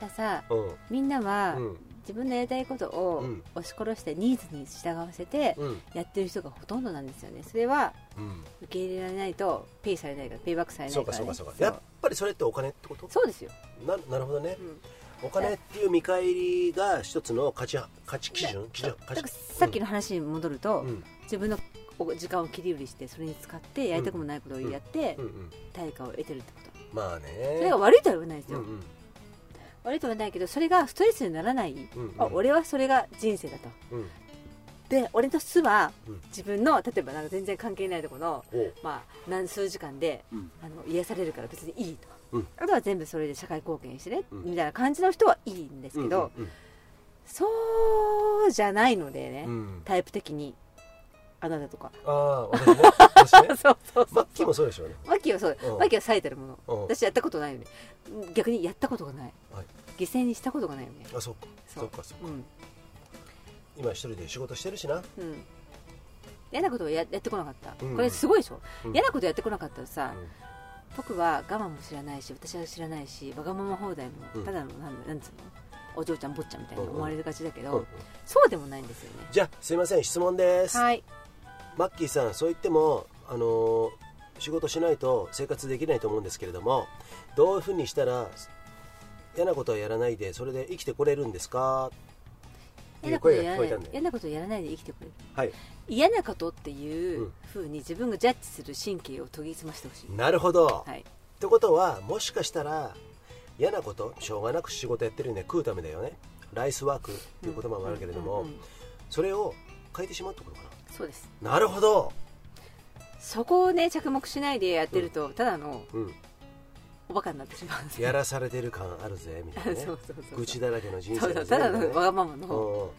S2: ださ、
S1: うん
S2: みんなは
S1: うん
S2: 自分のやりたいことを
S1: うん
S2: 押し殺してニーズに従わせて
S1: うん
S2: やってる人がほとんどなんですよね。それは
S1: うん
S2: 受け入れられないとペイされないからペイバックされな
S1: そ
S2: いうか、
S1: からそう
S2: ね。
S1: かそうかやっぱりそれってお金ってこと
S2: そうですよ。
S1: ななるほどね
S2: うん
S1: お金っていう見返りが一つの価値は価値基準基準
S2: だ
S1: 価
S2: か
S1: 値
S2: らさっきの話に戻ると、
S1: うん
S2: 自分の時間を切り売りしてそれに使ってやりたくもないことをやって
S1: うんうん
S2: 対価を得てるってこと。
S1: まあね
S2: それが悪いとは言わないです
S1: う
S2: よ。
S1: んうん
S2: 悪いとは言わないけどそれがストレスにならない。
S1: うん
S2: あ俺はそれが人生だと。
S1: うん
S2: で俺の巣は
S1: うん
S2: 自分の例えばなんか全然関係ないところの、
S1: お
S2: まあ、何数時間で、
S1: うん
S2: あの癒されるから別にいいと、
S1: うん
S2: あとは全部それで社会貢献してね、
S1: うん
S2: みたいな感じの人はいいんですけど、
S1: うん
S2: そうじゃないのでね、
S1: うんうん
S2: タイプ的に あな たとか
S1: ああ私ね私 ね
S2: そうそうそ
S1: マッ
S2: う
S1: キーもそうでしょうね
S2: マッキーはそう
S1: うん
S2: マッキーは冴えてるもの
S1: うん
S2: 私やったことないよね逆にやったことがない、
S1: はい
S2: 犠牲にしたことがないよね
S1: あそうか
S2: そう
S1: そうかそう
S2: うん
S1: 今一人で仕事してるしな
S2: うん嫌なことをややってこなかった、
S1: うん
S2: これすごいでしょ、
S1: うん
S2: 嫌なことやってこなかったらさ、
S1: うん
S2: 僕は我慢も知らないし私は知らないしわがまま放題も
S1: うん
S2: ただのなん,、なんつうのお嬢ちゃん坊ちゃんみたいに
S1: うんうん
S2: 思われるがちだけど、
S1: うんうん
S2: そうでもないんですよね
S1: じゃあすいません質問です
S2: はい
S1: マッキーさんそう言ってもあのー仕事しないと生活できないと思うんですけれどもどういうふうにしたら嫌なことはやらないでそれで生きてこれるんですかって
S2: 嫌
S1: い
S2: な
S1: う
S2: こと
S1: 声が
S2: や
S1: 聞
S2: ら
S1: こ
S2: な
S1: え
S2: い
S1: たんで
S2: 嫌なことやらないで生きてくれる
S1: はい
S2: 嫌なことっていううんふうに自分がジャッジする神経を研ぎ澄ましてほしい、
S1: なるほど
S2: はい、
S1: ってことはもしかしたら嫌なことしょうがなく仕事やってるんで食うためだよねライスワークっていう言葉もあるけれども、
S2: うんうん
S1: それを変えてしまうってことか
S2: そうです
S1: ななるほど、
S2: そこをね着目しないでやってると、ただの
S1: うん、
S2: おバカになってしまうんですよ
S1: やらされてる感あるぜみたいなね
S2: そうそうそう
S1: 愚痴だらけの人
S2: そ
S1: 生
S2: うそ
S1: だぜみた
S2: うただ
S1: いな
S2: の
S1: ね
S2: わがまま
S1: う
S2: の
S1: んうん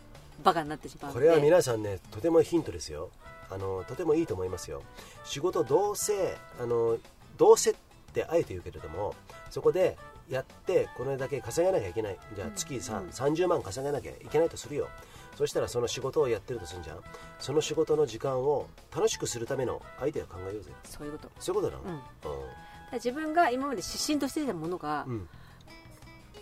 S2: バカになってしまう
S1: こ
S2: の
S1: れ
S2: で
S1: は皆さんねとてもヒントですよあのとてもいいと思いますよ仕事どうせあのどうせってあえて言うけれどもそこでやってこれだけ稼がなきゃいけないじゃあ月さ、
S2: うん
S1: 30万稼がなきゃいけないとするよそしたらその仕事をやってるとするじゃんその仕事の時間を楽しくするためのアイデアを考えようぜ
S2: そういうこと、
S1: そういうことな
S2: うん、だ
S1: の
S2: か、ら自分が今まで指針としていたものが、
S1: うんうん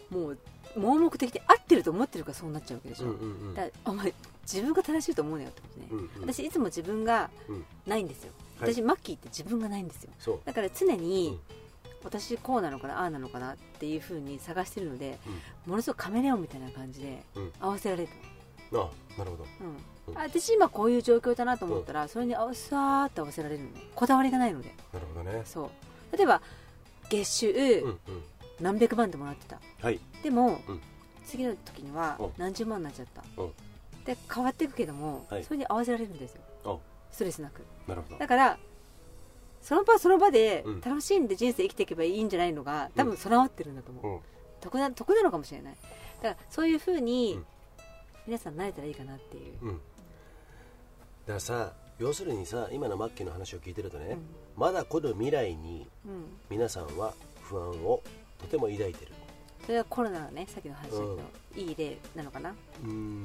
S2: もう盲目的で合ってると思ってるからそうなっちゃうわけでしょ、
S1: うんうんうん
S2: だからお前自分が正しいと思うなよってことね、
S1: うんうん
S2: 私いつも自分が
S1: うん
S2: ないんですよ、
S1: はい
S2: 私マッキーって自分がないんですよ
S1: そう
S2: だから常に、私こうなのかなああなのかなっていうふうに探してるので、ものすごくカメレオンみたいな感じで
S1: うん
S2: 合わせられる、
S1: あなるほど
S2: うん
S1: うん
S2: あ私今こういう状況だなと思ったら、それにあさーっと合わせられるのねこだわりがないので
S1: なるほどね
S2: そう例えば月
S1: うんう
S2: 収
S1: ん
S2: 何百万でもらってた、
S1: はい
S2: でも、
S1: うん
S2: 次の時には
S1: うん
S2: 何十万になっちゃった、
S1: うん
S2: で変わっていくけども、
S1: はい
S2: それに合わせられるんですよ
S1: あ
S2: ストレスなく
S1: なるほど
S2: だからその場その場で
S1: うん
S2: 楽しんで人生生きていけばいいんじゃないのが多分備わってるんだと思う、
S1: うん
S2: 得な得なのかもしれないだからそういうふうに
S1: うん
S2: 皆さん慣れたらいいかなっていう、
S1: うん、だからさ要するにさ今のマッキーの話を聞いてるとね、
S2: うん
S1: まだ来る未来に
S2: うん
S1: 皆さんは不安をとても抱いてる
S2: それはコロナのねさっきの話だけど、いい例なのかな
S1: うーん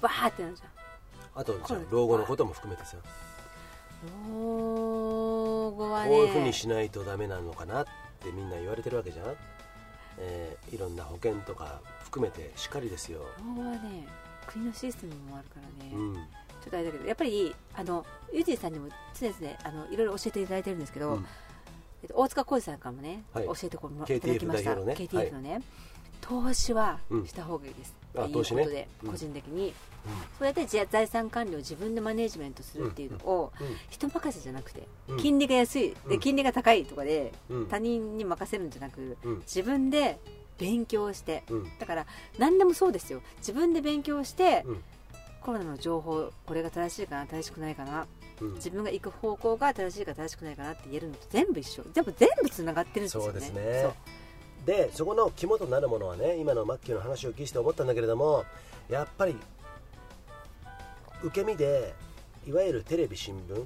S2: バーってなるじゃん
S1: あとじゃあ
S2: これ
S1: 老後のことも含めてさ
S2: 老後はね
S1: こういうふうにしないとダメなのかなってみんな言われてるわけじゃん、えーいろんな保険とか含めてしっかりですよ、
S2: 老後はね国のシステムもあるからね、
S1: うん、
S2: ちょっとあれだけどやっぱりあのユージさんにも常々あのいろいろ教えていただいてるんですけ
S1: う
S2: ど、
S1: ん
S2: えっと大塚浩二さんからもね、
S1: はい
S2: 教えてこも
S1: KTF
S2: いただきました
S1: 代表のね
S2: KTF のね、投資は
S1: うん
S2: した方がいいです、
S1: あ
S2: っていうこ
S1: 投資
S2: とで、
S1: ねうん
S2: 個人的に、
S1: うん
S2: そうやってじゃ財産管理を自分でマネージメントするっていうのを、人任せじゃなくて、
S1: うん
S2: 金利が安い、
S1: う
S2: で
S1: ん
S2: 金利が高いとかで
S1: うん
S2: 他人に任せるんじゃなく
S1: うん
S2: 自分で勉強して
S1: うん
S2: だから何でもそうですよ自分で勉強して、
S1: うん
S2: コロナの情報これが正しいかな正しくないかな
S1: うん
S2: 自分が行く方向が正しいか正しくないかなって言えるのと全部一緒全部全部つながってるんですよね
S1: そうですねでそこの肝となるものはね今のマッキーの話を聞いて思ったんだけれどもやっぱり受け身でいわゆるテレビ新聞、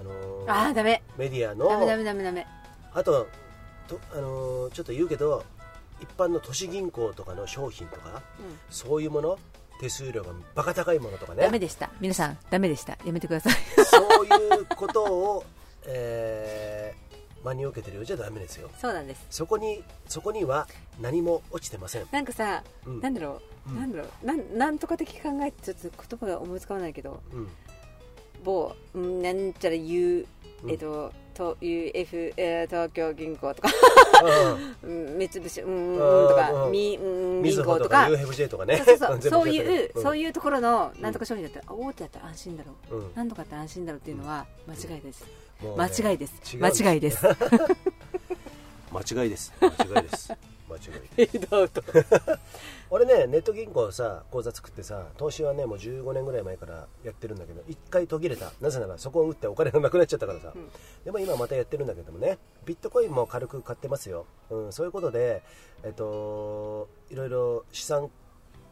S1: あの
S2: そう
S1: ー
S2: ああダメ
S1: メディアの
S2: ダメダメダメダメ
S1: あとと、あのーちょっと言うけど一般の都市銀行とかの商品とか
S2: うん
S1: そういうもの手数料がバカ高いものとかね
S2: ダメでした皆さんダメでしたやめてください
S1: そういうことを、 えー真に受けてるようじゃダメですよ
S2: そうなんです
S1: そこにそこには何も落ちてません、
S2: なんかさ、
S1: うん
S2: なんだろう、
S1: うん
S2: なんだろうなんなんとか的考えってちょっと言葉が思いつかないけど
S1: うん
S2: 某うんなんちゃら U、
S1: うん
S2: えっとと UF、えー、東京銀行とか うん三菱うんうんと
S1: うんう
S2: か
S1: ん
S2: みうん
S1: みず
S2: 銀
S1: ほ
S2: 行
S1: と
S2: と
S1: か
S2: か
S1: UFJ とかね
S2: そうそ う
S1: 全
S2: そ
S1: 部
S2: う
S1: 言
S2: いう、
S1: ちゃったけど
S2: そういうところのなんとか商品だったら、あ大手だったら安心だろう
S1: うんうん
S2: なんとかって安心だろうっていうのは間違いです、
S1: もうね
S2: 間違いです
S1: 違うんです
S2: 間違いです
S1: 間違いです間違いです 間違いです
S2: フェードアウト
S1: 俺ねネット銀行さ口座作ってさ投資はねもう15年ぐらい前からやってるんだけど一回途切れたなぜならそこを打ってお金がなくなっちゃったからさ、
S2: ん
S1: でも今またやってるんだけどもねビットコインも軽く買ってますよ、うん、そういうことでえっといろいろ資産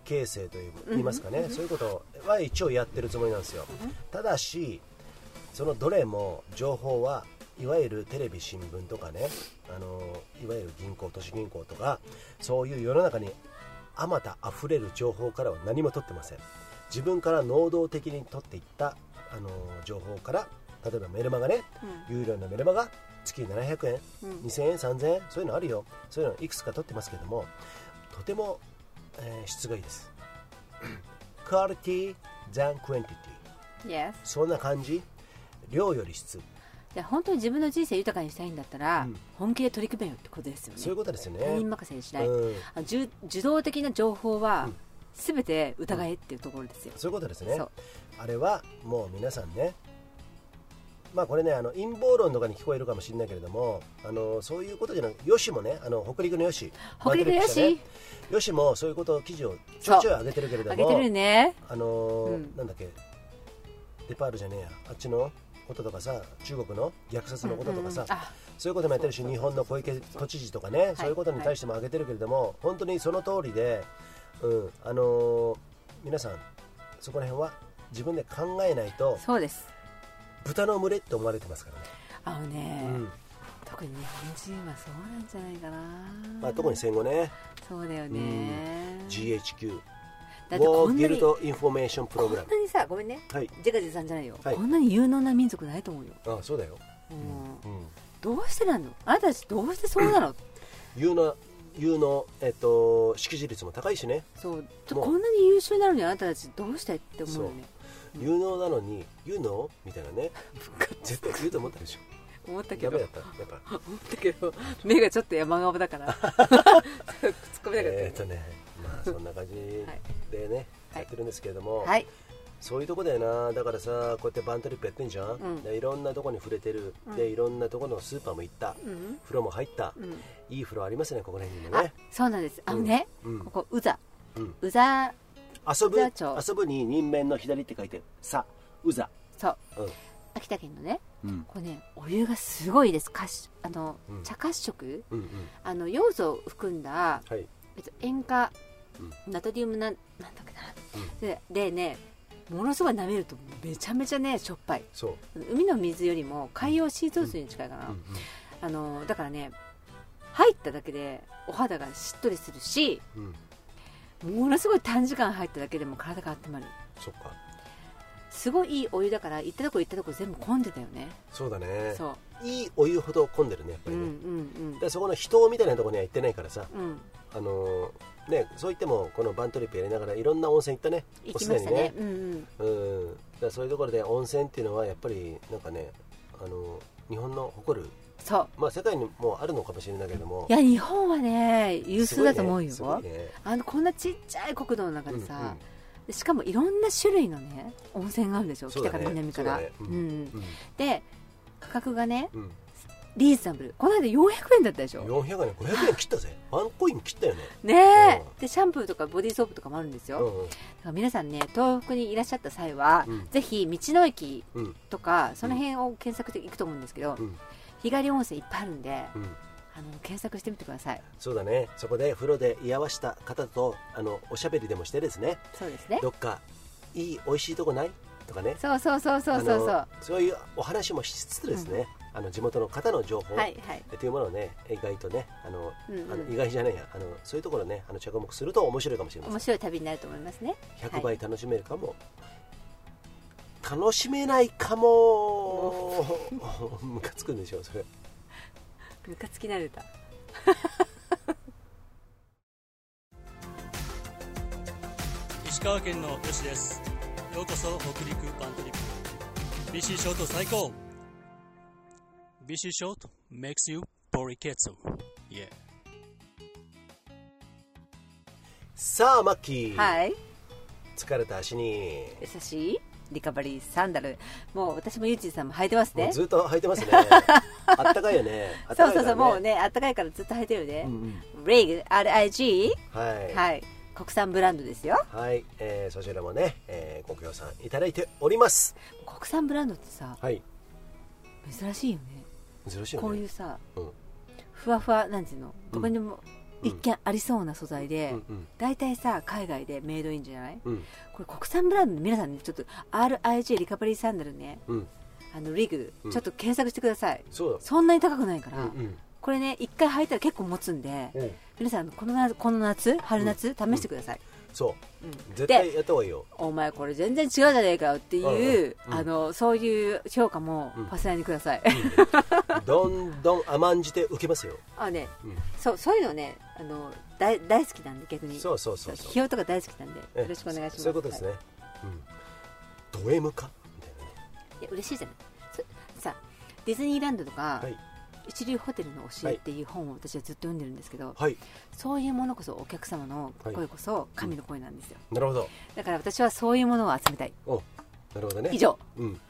S1: 形成という言いますかね、そういうことは一応やってるつもりなんですよ、ただしそのどれも情報はいわゆるテレビ新聞とかねあのいわゆる銀行都市銀行とかそういう世の中にあまた溢れる情報からは何も取ってません自分から能動的に取っていったあの情報から例えばメルマガね、有料のメルマガ月700円、
S2: うん
S1: 2000円3000円そういうのあるよそういうのいくつか取ってますけどもとても、えー質がいいです クオリティ than quantity
S2: Yes
S1: そんな感じ量より質
S2: いや本当に自分の人生豊かにしたいんだったら、
S1: うん
S2: 本気で取り組めよってことですよ
S1: そういう
S2: ね
S1: ことですよね
S2: 他人任せにしない、
S1: うん
S2: あ受受動的な情報は、
S1: うん
S2: 全て疑えっていうところですよ、
S1: そういうことですね
S2: そう
S1: あれはもう皆さんねまあこれねあの陰謀論とかに聞こえるかもしれないけれどもあのそういうことじゃなくよしもねあの北陸のよし
S2: 北陸のよし
S1: バンドリップしたねよしもそういうことを記事をちょいちょい上げてるけれど
S2: あげて
S1: も
S2: るね
S1: あのー
S2: うん
S1: なんだっけデパールじゃねえやあっちのこととかさ中国の虐殺のこととかさ、
S2: うんうんあ
S1: そういうこともやってるし、日本の小池都知事とかね、そういうことに対しても挙げてるけれども、本当にその通りで、うんあのー皆さん、そこら辺は自分で考えないと、
S2: そうです
S1: 豚の群れって思われてますからね、
S2: あのね、
S1: うん
S2: 特に日本人はそうなんじゃないかな、
S1: まあ、特に戦後ね、
S2: そうだよね、
S1: GHQ、ウ
S2: だってこ
S1: ォー・
S2: ん
S1: ギ
S2: な
S1: ル
S2: に
S1: ド・インフォメーション・プログラ
S2: こ
S1: ム
S2: ん。なにさごめんね
S1: はい
S2: ジェガジェさんじゃないよ、
S1: はい
S2: こんなに有能な民族ないと思うよ、
S1: あそうだよ、
S2: うん
S1: うん、
S2: どうしてなのあなたたちどうしてそう なの、
S1: 有能有能、えっと、識字率も高いしね、
S2: そうちょ
S1: もう
S2: こんなに優秀なのにあなたたちどうしてって思うよね
S1: 有能なのに、有能みたいな ね、絶対言うと思ったでしょ、
S2: 思ったけ
S1: や
S2: ど
S1: べえや
S2: 思
S1: った、やっぱ。
S2: ったけど目がちょっと山顔だから突っ込めなかった、
S1: えーっとね、まあそんな感じでね、
S2: はい
S1: やってるんですけれども、
S2: はい
S1: そういうとこだよな、だからさ、こうやってバントリップやってんじゃん、
S2: うん
S1: でいろんなとこに触れてる、でいろんなとこのスーパーも行った、
S2: うん
S1: 風呂も入った、
S2: うん
S1: いい風呂ありますね、ここら辺にも
S2: あ
S1: ね。
S2: そうなんですあのね、
S1: うん
S2: ここうざ
S1: うん
S2: うざ
S1: 遊ぶ
S2: じゃあちょ
S1: 遊ぶに人面の左って書いてる、さ、うざ、
S2: そう
S1: うん
S2: 秋田県のね
S1: うん
S2: これねお湯がすごいですかしあの、
S1: うん
S2: 茶褐色
S1: うんうん、
S2: あの要素を含んだ、
S1: はい、
S2: えっと、塩化
S1: う
S2: ナトリウムなんなんだっけな、ででねものすごい舐めるとめちゃめちゃねしょっぱい
S1: そう、
S2: 海の水よりも海洋シーズン水に近いかな、
S1: うんうん
S2: あのだからね入っただけでお肌がしっとりするし
S1: うん、
S2: ものすごい短時間入っただけでも体が温まる
S1: そっか、
S2: すごいいいお湯だから行ったとこ行ったとこ全部混んでたよね
S1: そうだね、
S2: そ
S1: いいお湯ほど混んでるね、やっぱ
S2: うう
S1: り
S2: ん
S1: ね。
S2: うん
S1: でそこの人みたいなところには行ってないからさ、
S2: うんうん
S1: あのーね、そう言ってもこのバントリップやりながらいろんな温泉行ったね
S2: 行きましたね
S1: も
S2: うんうん
S1: うすでにねうん、だからそういうところで温泉っていうのはやっぱりなんかね、あのー日本の誇る、
S2: そう
S1: まあ、世界にもあるのかもしれないけれども
S2: いや日本はね有
S1: すご
S2: 数
S1: い
S2: だ
S1: ね
S2: と思うよ、
S1: すごいね
S2: あのこんなちっちゃい国土の中
S1: うんう
S2: で
S1: ん
S2: さ、でしかもいろんな種類のね温泉があるでしょ、
S1: そうだ
S2: 北か
S1: ね
S2: ら南から
S1: そうだねうん
S2: うんで価格がね
S1: うんうん
S2: リーズナブルこの間400円だったでしょ
S1: 400円500円切ったぜワンコイン切ったよね
S2: ねえ
S1: うん
S2: でシャンプーとかボディーソープとかもあるんです
S1: う
S2: よ、だ
S1: ん
S2: から皆さんね東北にいらっしゃった際は、
S1: うん
S2: ぜひ道の駅
S1: うん
S2: とかその辺を検索していくと思うんですけど、
S1: うん
S2: 日帰り温泉いっぱいあるんであ
S1: うん
S2: の検索してみてください
S1: そうだねそこで風呂で居合わした方とあのおしゃべりでもしてですね
S2: そうですね
S1: どっかいい美味しいとこないとかね
S2: そうそうそうそうそうそう
S1: あ
S2: は
S1: のそういうお話もしつつですね、あの地元の方の情報、
S2: いはい
S1: っていうものをね意外とねあの、
S2: うんうん
S1: あの意外じゃないやあのそういうところねあの着目すると面白いかもしれませ
S2: 面
S1: ん
S2: 白い旅になると思いますね
S1: 100倍楽しめるかも、楽しめないかもムカつくんでしょうそれ
S2: ムカつきなる歌
S4: 石川県のよしですようこそ北陸パントリップ BC ショート最高 BC ショート makes you ポリケツ yeah
S1: さあマッキー、
S2: はい
S1: 疲れた足に
S2: 優しいリカバリーサンダルもう私もユーチンさんも履いてます
S1: も
S2: ね
S1: うずっと履いて ますねあったかいよねあった
S2: そう
S1: かいから
S2: そうそうもうねあったかいからずっと履いてるよね
S1: う、ん
S2: レイグ RIG
S1: うんはい、はい
S2: はい国産ブランドですよ
S1: えーそちらもね、えーご協賛いただいております
S2: 国産ブランドってさ
S1: はい
S2: 珍しいよね
S1: 珍しいよね
S2: こういうさ、
S1: うん
S2: ふわふわなんていうのどこにで
S1: う
S2: も
S1: ん
S2: 一見ありそうな素材で、
S1: うんうん
S2: 大体さ海外でメイドインじゃない
S1: うん
S2: これ国産ブランド皆さんねちょっと RIG リカバリーサンダルね
S1: うん
S2: あのリグ、
S1: うん
S2: ちょっと検索してください
S1: そう
S2: そんなに高くないか
S1: だ
S2: ら、
S1: うん
S2: これね一回履いたら結構持つんで
S1: うんうん
S2: 皆さんこの夏この夏春夏、試してください、
S1: そう
S2: うん
S1: 絶対やった方がいい よ
S2: お前これ全然違うじゃねえかよっていう、
S1: うんうん
S2: あのそういう評価も
S1: うん
S2: パスライにください、
S1: どんどん甘んじて受けますよ、
S2: あね
S1: うん
S2: そうそういうのねあの大大好きなんで逆に
S1: そうそうそう
S2: 費
S1: そう
S2: 用とか大好きなんで
S1: え
S2: よろしくお願いします
S1: そういうことですね、
S2: は
S1: うん、ド M かみたい
S2: いいや嬉しいじゃないそさディズニーランドとか、
S1: なね
S2: 一流ホテルの教えっていう本を私はずっと読んでるんですけど、
S1: はい、はい、
S2: そういうものこそお客様の声こそ神の声なんですよ、
S1: なるほど
S2: だから私はそういうものを集めたい
S1: おなるほどね
S2: 以上
S1: うん、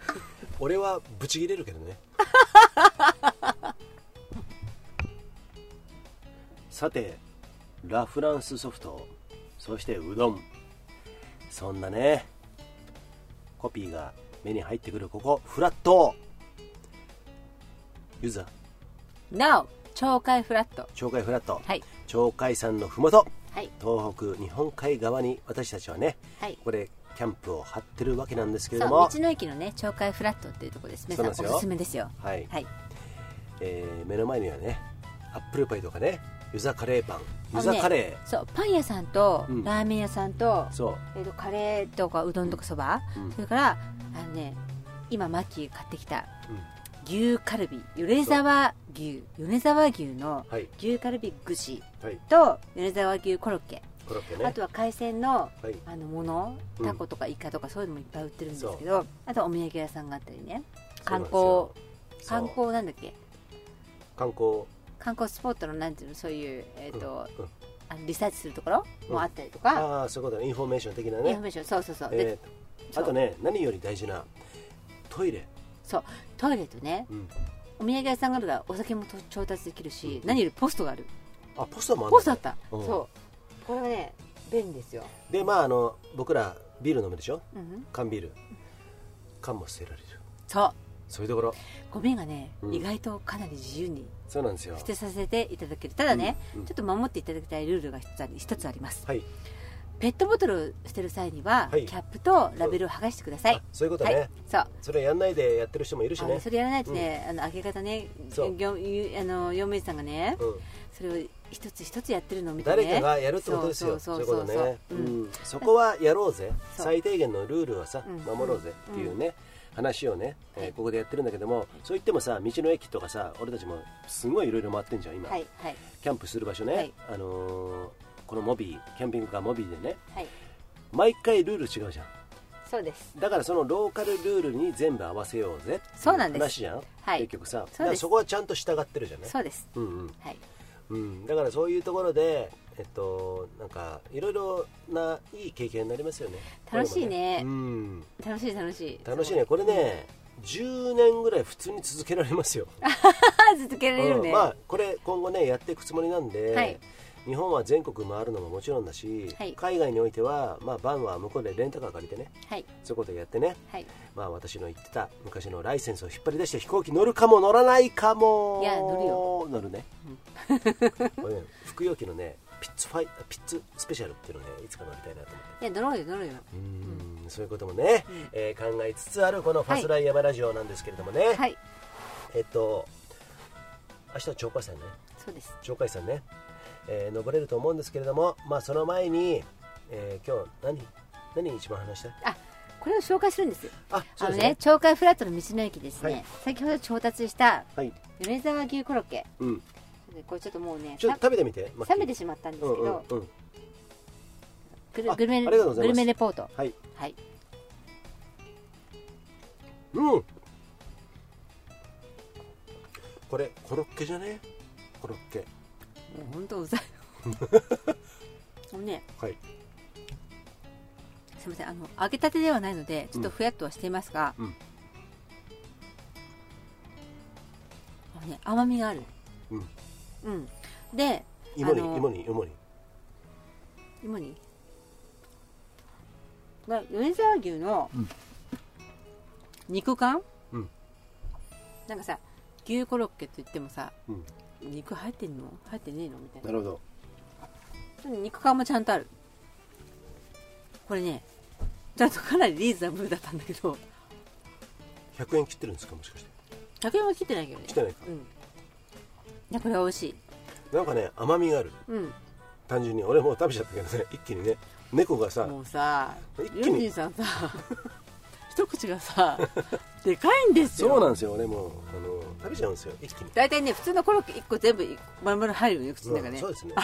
S1: 俺はブチ切れるけどね さてラ・フランスソフトそしてうどんそんなねコピーが目に入ってくるここフラットユーザー
S2: NO 懲戒フラット
S1: 鳥海フラット、
S2: はい
S1: 鳥海山のふもと
S2: はい
S1: 東北日本海側に私たちはね
S2: はい
S1: これキャンプを張ってるわけなんですけれ
S2: そ
S1: ど
S2: う
S1: も
S2: 道の駅のね鳥海フラットっていうところです皆さん
S1: そうなんですよ
S2: おすすめですよ
S1: はい、
S2: はい
S1: えー目の前にはねアップルパイとかねゆざカレーパン
S2: あ
S1: ゆ
S2: のね
S1: ざカレ
S2: そうパン屋さんと
S1: うん
S2: ラーメン屋さんと,、
S1: ーそう
S2: えー、とカレーとかうどんとかそば、
S1: うん
S2: それからあのね今マッキーが買ってきた
S1: うん
S2: 牛カルビ米沢牛米沢牛の
S1: はい
S2: 牛カルビ串
S1: はい
S2: と米沢牛コロッケ、
S1: コロッケ
S2: あ
S1: ね
S2: とは海鮮の
S1: はい
S2: あのもの
S1: うん
S2: タコとかイカとかそういうのもいっぱい売ってるんですけど、あとはお土産屋さんがあったりね観光
S1: そうなんですよそ
S2: 観
S1: う
S2: 光なんだっけ
S1: 観光
S2: 観光スポットのなんていうのそういう、えーと
S1: うんうん
S2: あのリサーチするところもあったりとか、
S1: ああそういうことねインフォメーション的な
S2: イン
S1: ね
S2: フォメーションそうそうそう、で
S1: えー
S2: そう
S1: あとね何より大事なトイレ、
S2: トイレとね
S1: うん、
S2: お土産屋さんがあるからお酒もと調達できるし、
S1: うん
S2: 何よりポストがある
S1: あポストもある
S2: ポストあった、
S1: うん
S2: そうこれがね便利ですよ、
S1: でまああの僕らビール飲むでしょ
S2: うん、
S1: 缶ビール缶も捨てられる
S2: そう
S1: そういうところ
S2: ゴミがね、
S1: うん
S2: 意外とかなり自由に
S1: そうなんですよ
S2: 捨てさせていただけるただね、
S1: うんうん
S2: ちょっと守っていただきたいルールが一つあり一つあります
S1: はい
S2: ペットボトルを捨てる際には、
S1: はい
S2: キャップとラベルを剥がしてください
S1: あ、そういうこと
S2: は
S1: ね、
S2: い、そう
S1: それやんないでやってる人もいるし
S2: あ
S1: ね
S2: それやらないとね、あの開け方ね
S1: そう
S2: 業ゆあの用務員さんがね、
S1: うん
S2: それを一つ一つやってるのを見て、ね、
S1: 誰かがやるってことですよ、
S2: そ
S1: そうういう
S2: そ
S1: うこ
S2: そうそう
S1: とね、、
S2: そううん
S1: そこはやろうぜ、
S2: そう
S1: 最低限のルールはさ
S2: うん、
S1: 守ろうぜっていうね、話をね、えー
S2: はい
S1: ここでやってるんだけども、そう言ってもさ、道の駅とかさ、俺たちもすごいいろいろ回ってんじゃん、今、
S2: はいはい
S1: キャンプする場所ね、
S2: はい
S1: あのーこのモビー、キャンピングカーモビーでね、
S2: はい
S1: 毎回ルール違うじゃん。
S2: そうです
S1: だからそのローカルルールに全部合わせようぜってい
S2: そうなんです
S1: 話じゃん、
S2: はい
S1: 結局さ
S2: です
S1: だからそこはちゃんと従ってるじゃんね
S2: そうです
S1: うんうん
S2: はい
S1: うん、だからそういうところで、えっと、なんかいろいろないい経験になりますよね。
S2: 楽しいね
S1: これもうん、
S2: 楽しい楽しい
S1: 楽しいね、これね、 10年ぐらい普通に続けられますよ、
S2: 続けられる
S1: う
S2: ね、
S1: んまあ、これ今後ねやっていくつもりなんで、
S2: はい
S1: 日本は全国回るのももちろんだし、
S2: はい
S1: 海外においては、まあ、バンは向こうでレンタカー借りてね
S2: はい
S1: そういうことやってね、
S2: はい
S1: まあ、私の言ってた昔のライセンスを引っ張り出して飛行機乗るかも乗らないかも
S2: いや乗るよ
S1: 乗るね、うん服用機のねピッツファイピッツスペシャルっていうのをねいつか乗りたいなと思って
S2: いや乗ろうよ乗ろうよ
S1: うんそういうこともね、
S2: うん
S1: えー考えつつあるこの「ファスライヤマラジオ」なんですけれどもね、
S2: はい
S1: えっと明日は鳥海山ね
S2: そうです
S1: 鳥海山ね、えー登れると思うんですけれどもまあその前に、えー今日何何一番話した
S2: あこれを紹介するんですよ
S1: あそ
S2: あ
S1: う
S2: の
S1: です
S2: ね
S1: ね
S2: 鳥海フラットの道の駅ですね、
S1: はい
S2: 先ほど調達した
S1: はい、
S2: 米沢牛コロッケ
S1: うん、
S2: これちょっともうね
S1: ちょっと
S2: さ
S1: 食べてみてマッキー
S2: 冷めてしまったんですけ
S1: うん
S2: ど、
S1: うんうん
S2: グル
S1: あ
S2: グルメ
S1: ありがとうございます
S2: グルメレポート
S1: はい
S2: はい
S1: うんこれコロッケじゃねコロッケ
S2: もう本当うざい もうね
S1: はい
S2: すみませんあの揚げたてではないのでちょっとふやっとはしていますが、
S1: うん
S2: あのね、甘みがある
S1: うん
S2: うんで
S1: 芋に
S2: あの
S1: 芋に芋に
S2: 今にが米沢牛の
S1: うん
S2: 肉感、
S1: うん
S2: なんかさ牛コロッケといってもさ、
S1: うん
S2: 肉入ってんの入ってねえのみたいな
S1: なるほど
S2: ちょっと肉感もちゃんとあるこれねちゃんとかなりリーズナブルだったんだけど
S1: 100円切ってるんですかもしかして
S2: 100円は切ってないけどね
S1: 切ってないか
S2: うんいやこれは美味しい
S1: なんかね甘みがある
S2: うん
S1: 単純に俺もう食べちゃったけどね 一気にね猫がさ
S2: もうさ
S1: 一気
S2: ユ
S1: に
S2: ージンさ んさ一口がさでかいんですよ
S1: そうなんですよ俺もうあの食べちゃうんですよ一気に
S2: 大体ね普通のコロッケ1個全部丸々入るよね口の中
S1: うん
S2: ね、
S1: そうですね、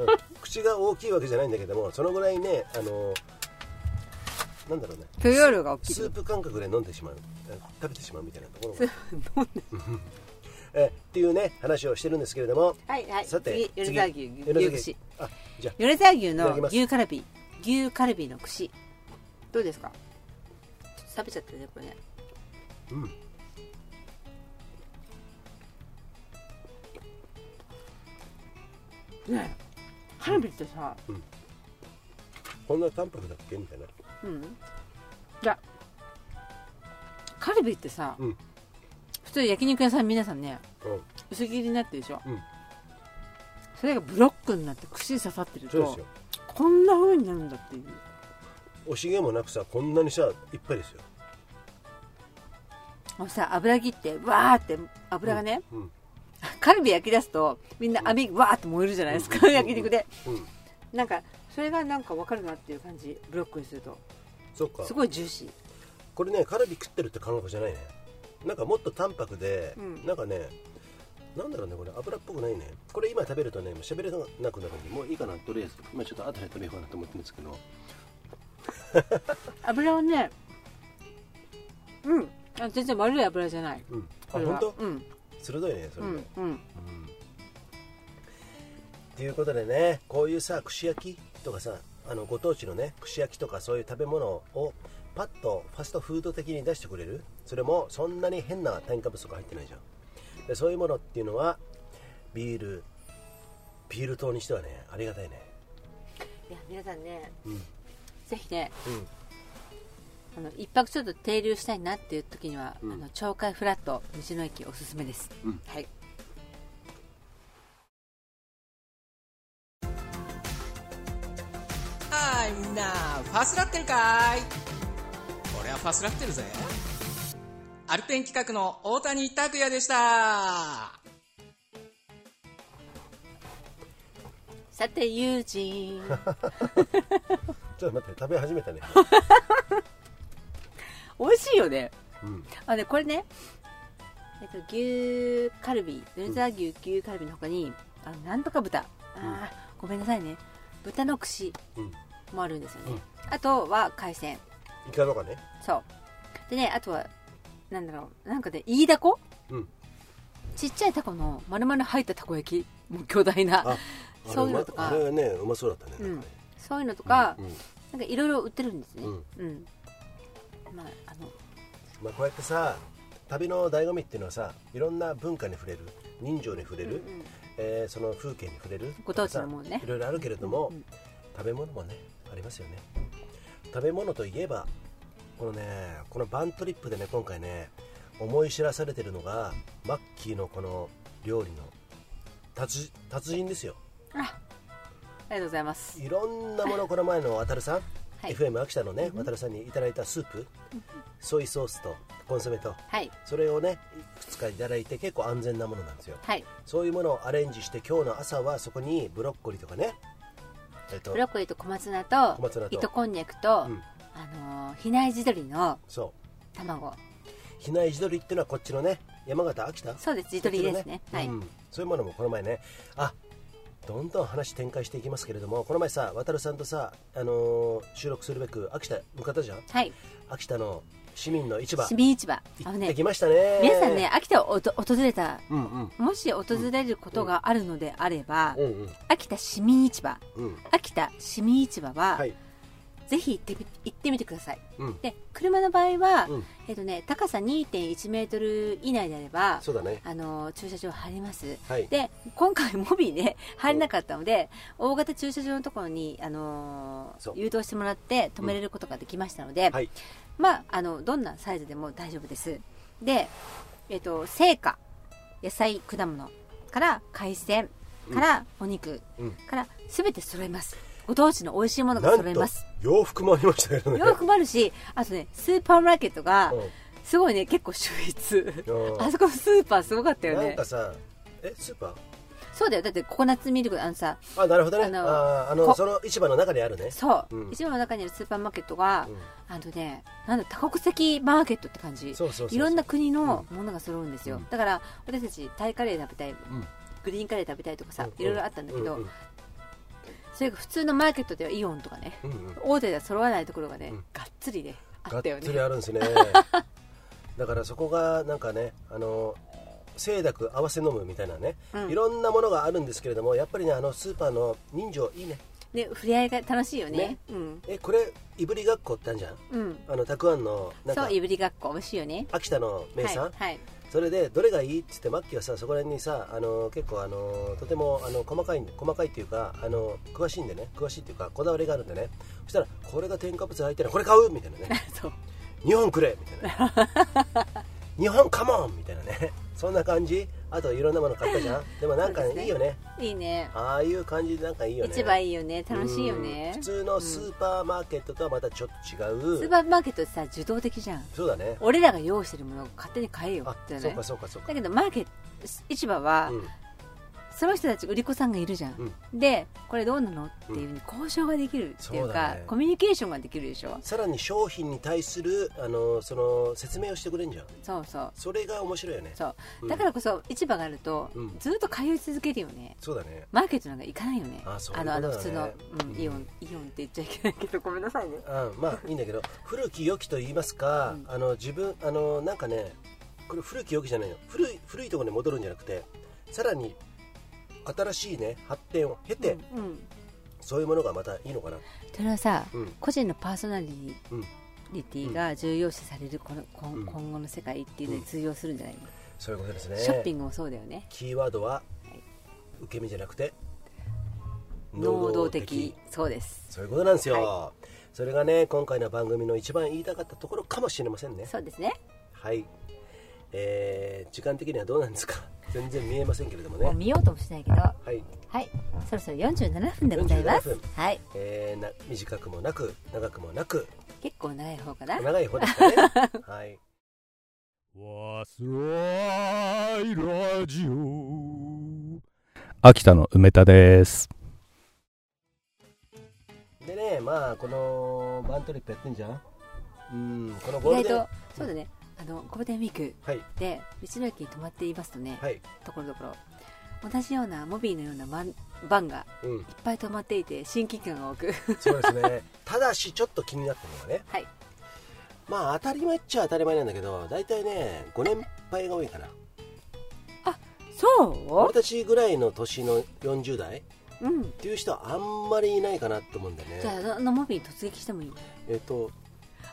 S1: うん口が大きいわけじゃないんだけどもそのぐらいねあのなんだろうね
S2: 許容量が大きい
S1: スープ感覚で飲んでしまう食べてしまうみたいなところが えっていうね話をしてるんですけれども
S2: はいはい
S1: さて
S2: 次米沢牛
S1: 次
S2: 牛串
S1: あじゃあ
S2: 米沢牛
S1: いただき
S2: の
S1: ます
S2: 牛カルビ牛カルビの串どうですかちょっと食べちゃったねこれね
S1: うん
S2: ねカルビってさ
S1: こんな淡白だっけみたいな
S2: うんいやカルビってさ、
S1: うん
S2: 普通焼肉屋さん皆さんね
S1: うん
S2: 薄切りになってるでしょ、
S1: うん
S2: それがブロックになって串に刺さってる
S1: そうです
S2: と
S1: よ
S2: こんな風になるんだっていう
S1: 惜しげもなくさこんなにさいっぱいですよ
S2: もうさ油切ってわーって油がね、
S1: うん
S2: カルビ焼き出すとみんな網わーって燃えるじゃないですか、
S1: うん
S2: 焼肉で
S1: うん
S2: なんかそれがなんかわかるなっていう感じブロックにすると
S1: そっか
S2: すごいジューシー
S1: これねカルビ食ってるって感覚じゃないねなんかもっと淡白で、
S2: うん
S1: なんかねなんだろうねこれ油っぽくないねこれ今食べるとねもう喋れなくなるんでもういいかなとりあえず今ちょっと後で食べようかなと思ってるんですけど
S2: 油はねうんあ全然悪い油じゃない
S1: うんあ
S2: これは
S1: 本当、
S2: うん
S1: 鋭いねそうれね
S2: んうん
S1: うんということでねこういうさ串焼きとかさあのご当地のね串焼きとかそういう食べ物をパッとファストフード的に出してくれるそれもそんなに変な添加物とか入ってないじゃんでそういうものっていうのはビールビール糖にしてはねありがたいね
S2: いや皆さんね
S1: うんうん
S2: ぜひねあの一泊ちょっと停留したいなっていう時には、
S1: うん
S2: あの鳥海フラット道の駅おすすめです、
S1: うん
S2: はい
S4: はーいみんなファスラってるかーい俺はファスラってるぜアルペン企画の大谷拓也でした
S2: さて友 人
S1: ちょっと待って食べ始め たね、
S2: 美味しいよね
S1: うん、
S2: あねこれね、えっと、牛カルビ米沢牛牛カルビの他にあのなんとか豚あー、ごめんなさいね豚の串
S1: うん
S2: もあるんですよね、あとは海鮮
S1: イカとかね
S2: そうでねあとはなんだろうなんかねイイダコ
S1: うん
S2: ちっちゃいタコの丸々入ったたこ焼きもう巨大な
S1: ああ
S2: そういうの
S1: ま
S2: とか
S1: あれねうまそうだったねなんかね
S2: そういうのとか、
S1: うん
S2: なんかいろいろ売ってるんですね
S1: うん
S2: うん、まああの
S1: まあ、こうやってさ旅の醍醐味っていうのはさいろんな文化に触れる人情に触れる、
S2: うんうん
S1: えーその風景に触れる
S2: ご当地のもんね
S1: いろいろあるけれども、
S2: うん
S1: 食べ物もねありますよね食べ物といえばこのねこのバントリップでね今回ね思い知らされてるのがマッキーのこの料理の達達人ですよ
S2: ありがとうございます
S1: いろんなものこの前の渡さん、
S2: はい
S1: FM 秋田のね渡さんにいただいたスープソイソースとコンソメと
S2: はい
S1: それをねいくつかいただいて結構安全なものなんですよ
S2: はい
S1: そういうものをアレンジして今日の朝はそこにブロッコリーとかねえっと
S2: ブロッコリーと小松菜と
S1: 小松菜と
S2: 糸こんにゃくと、
S1: うん
S2: あのー比内地鶏の
S1: そう
S2: 卵
S1: 比内地鶏っていうのはこっちのね山形秋田
S2: そうです地鶏ですね
S1: こっちの
S2: はい
S1: うんそういうものもこの前ねあどんどん話展開していきますけれどもこの前さ渡さんとさ、あのー収録するべく秋田向かったじゃん
S2: はい
S1: 秋田の市民の市場
S2: 市民市場あの
S1: 行って
S2: ね
S1: きましたね
S2: 皆さんね秋田をおと訪れた
S1: うんうん
S2: もし訪れることがあるのであれば、
S1: うんうん
S2: 秋田市民市場
S1: うん
S2: 秋田市民市場は、
S1: はい
S2: ぜひ行ってみ行ってみてください
S1: うん
S2: で車の場合は、
S1: うん
S2: えっとね、高さ2.1メートル以内であれば
S1: そうだね
S2: あの駐車場入ります
S1: はい
S2: で今回モビーで入れなかったので、大型駐車場のところに、あのー
S1: そう
S2: 誘導してもらって止めれることができましたので、
S1: はい
S2: まあ、あのどんなサイズでも大丈夫ですで、えっと成果野菜果物から海鮮からお肉、
S1: うん
S2: から全て揃えますご当地の美味しいものが揃
S1: な
S2: え
S1: んと
S2: ます
S1: 洋服もありましたけどね
S2: 洋服もあるしあとねスーパーマーケットが
S1: うん
S2: すごいね結構秀逸
S1: うん
S2: あそこのスーパーすごかったよ
S1: なん
S2: ね
S1: かさえスーパー
S2: そうだよだってココナッツミルクあのさ
S1: あなるほどね
S2: あ
S1: あ
S2: の
S1: ーあの
S2: こ
S1: その市場の中にあるね
S2: そう、
S1: うん
S2: 一番の中にあるスーパーマーケットが、
S1: うん
S2: あのねなんだ多国籍マーケットって感じ
S1: そうそうそうそう
S2: いろんな国のものが揃うんですよ、
S1: うん
S2: だから私たちタイカレー食べたい、
S1: ん
S2: グリーンカレー食べたいとかさ、
S1: うん
S2: いろいろあったんだけど、
S1: うん
S2: それが普通のマーケットではイオンとかね
S1: うんうんうん
S2: 大手では揃わないところがね、
S1: うん
S2: がっつりねあ
S1: が
S2: っ
S1: った
S2: よ
S1: つ
S2: ね
S1: りあるん ですねだからそこがなんかねあの清濁合わせ飲むみたいなね、
S2: うん
S1: いろんなものがあるんですけれどもやっぱりねあのスーパーの人情いいね
S2: ね触れ合いが楽しいよね
S1: ね
S2: うん
S1: えこれいぶりがっこってあるじゃん
S2: うん
S1: あのたくあんのなん
S2: そ
S1: か
S2: ういぶりがっこ美味しいよね
S1: 秋田の名産、
S2: はい、 はい、
S1: それでどれがいいって言ってマッキーはさそこら辺にさあの結構あのとてもあの細かい細かいっていうかあの詳しいんでね詳しいっていうかこだわりがあるんでねそしたらこれが添加物入ってるこれ買うみたいな ね
S2: そう
S1: 日本くれみたいな日本カモンみたいなねそんな感じあといろんなもの買ったじゃんでもなんか、
S2: そうですね
S1: いいよね
S2: いいね
S1: ああいう感じでなんかいいよね
S2: 市場
S1: い
S2: いいよね楽しいよね
S1: 普通のスーパーマーケットとはまたちょっと違う、
S2: スーパーマーケットってさ受動的じゃん
S1: そうだね
S2: 俺らが用意してるものを勝手に買えよ
S1: あ
S2: って
S1: そう
S2: ね
S1: かそうかそうか
S2: だけどマーケット市場は、
S1: うん
S2: その人たち売り子さんがいるじゃん、でこれどうなのっていうふうに交渉ができるっていう
S1: そう
S2: か、
S1: だね
S2: コミュニケーションができるでしょ
S1: さらに商品に対するあのその説明をしてくれんじゃん
S2: そうそう
S1: それが面白いよね
S2: そう、
S1: うん
S2: だからこそ市場があると、
S1: うん
S2: ずっと通い続けるよね
S1: そうだね
S2: マーケットなんか行かないよね
S1: あそういう
S2: のあの
S1: こ
S2: 普
S1: と
S2: 通
S1: だね
S2: の、うん
S1: うん
S2: イオンイオンって言っちゃいけないけどごめんなさいね
S1: うんま あいいんだけど古き良きと言いますか、
S2: うん
S1: あの自分あのなんかねこれ古き良きじゃないの古い古いところに戻るんじゃなくてさらに新しいね発展を経て、
S2: うんうん
S1: そういうものがまたいいのかな
S2: それはさ、
S1: うん
S2: 個人のパーソナリ
S1: うん
S2: ティが重要視されるこの、こん
S1: うん
S2: 今後の世界っていうのに通用するんじゃないの、
S1: そういうことですね
S2: ショッピングもそうだよね
S1: キーワードは
S2: はい
S1: 受け身じゃなくて
S2: 能動的そうです
S1: そういうことなんですよ、
S2: は
S1: それがね今回の番組の一番言いたかったところかもしれませんね
S2: そうですね
S1: はい、えー時間的にはどうなんですか 全然見えませんけれども
S2: もう
S1: ね
S2: 見ようともしないけどは
S1: はい、
S2: いそろそろ47分でございます
S1: 47分
S2: はい
S1: えーな短くもなく長くもなく
S2: 結構長い方かな
S1: 長い方です かねはい
S5: 秋田の梅田です。
S1: でねまあこのバントリップやってんじゃんうんこの
S2: 意
S1: ゴール
S2: 外
S1: デン
S2: とそうだねあのゴールデンウィーク
S1: はい
S2: で道の駅に泊まっていますとね、
S1: はい
S2: ところどころ同じようなモビーのようなバンバンが
S1: うん
S2: いっぱい泊まっていて新規感が 多く
S1: そうです ねただしちょっと気になったのがね
S2: はい
S1: まあ当たり前っちゃ当たり前なんだけど大体ね5年配が多いかな
S2: そ
S1: 俺たちぐらいの年の40代っ
S2: ううん
S1: ていう人はあんまりいないかなと思うんだよ
S2: じゃあ
S1: ね
S2: あのモビーに突撃してもいい
S1: えっと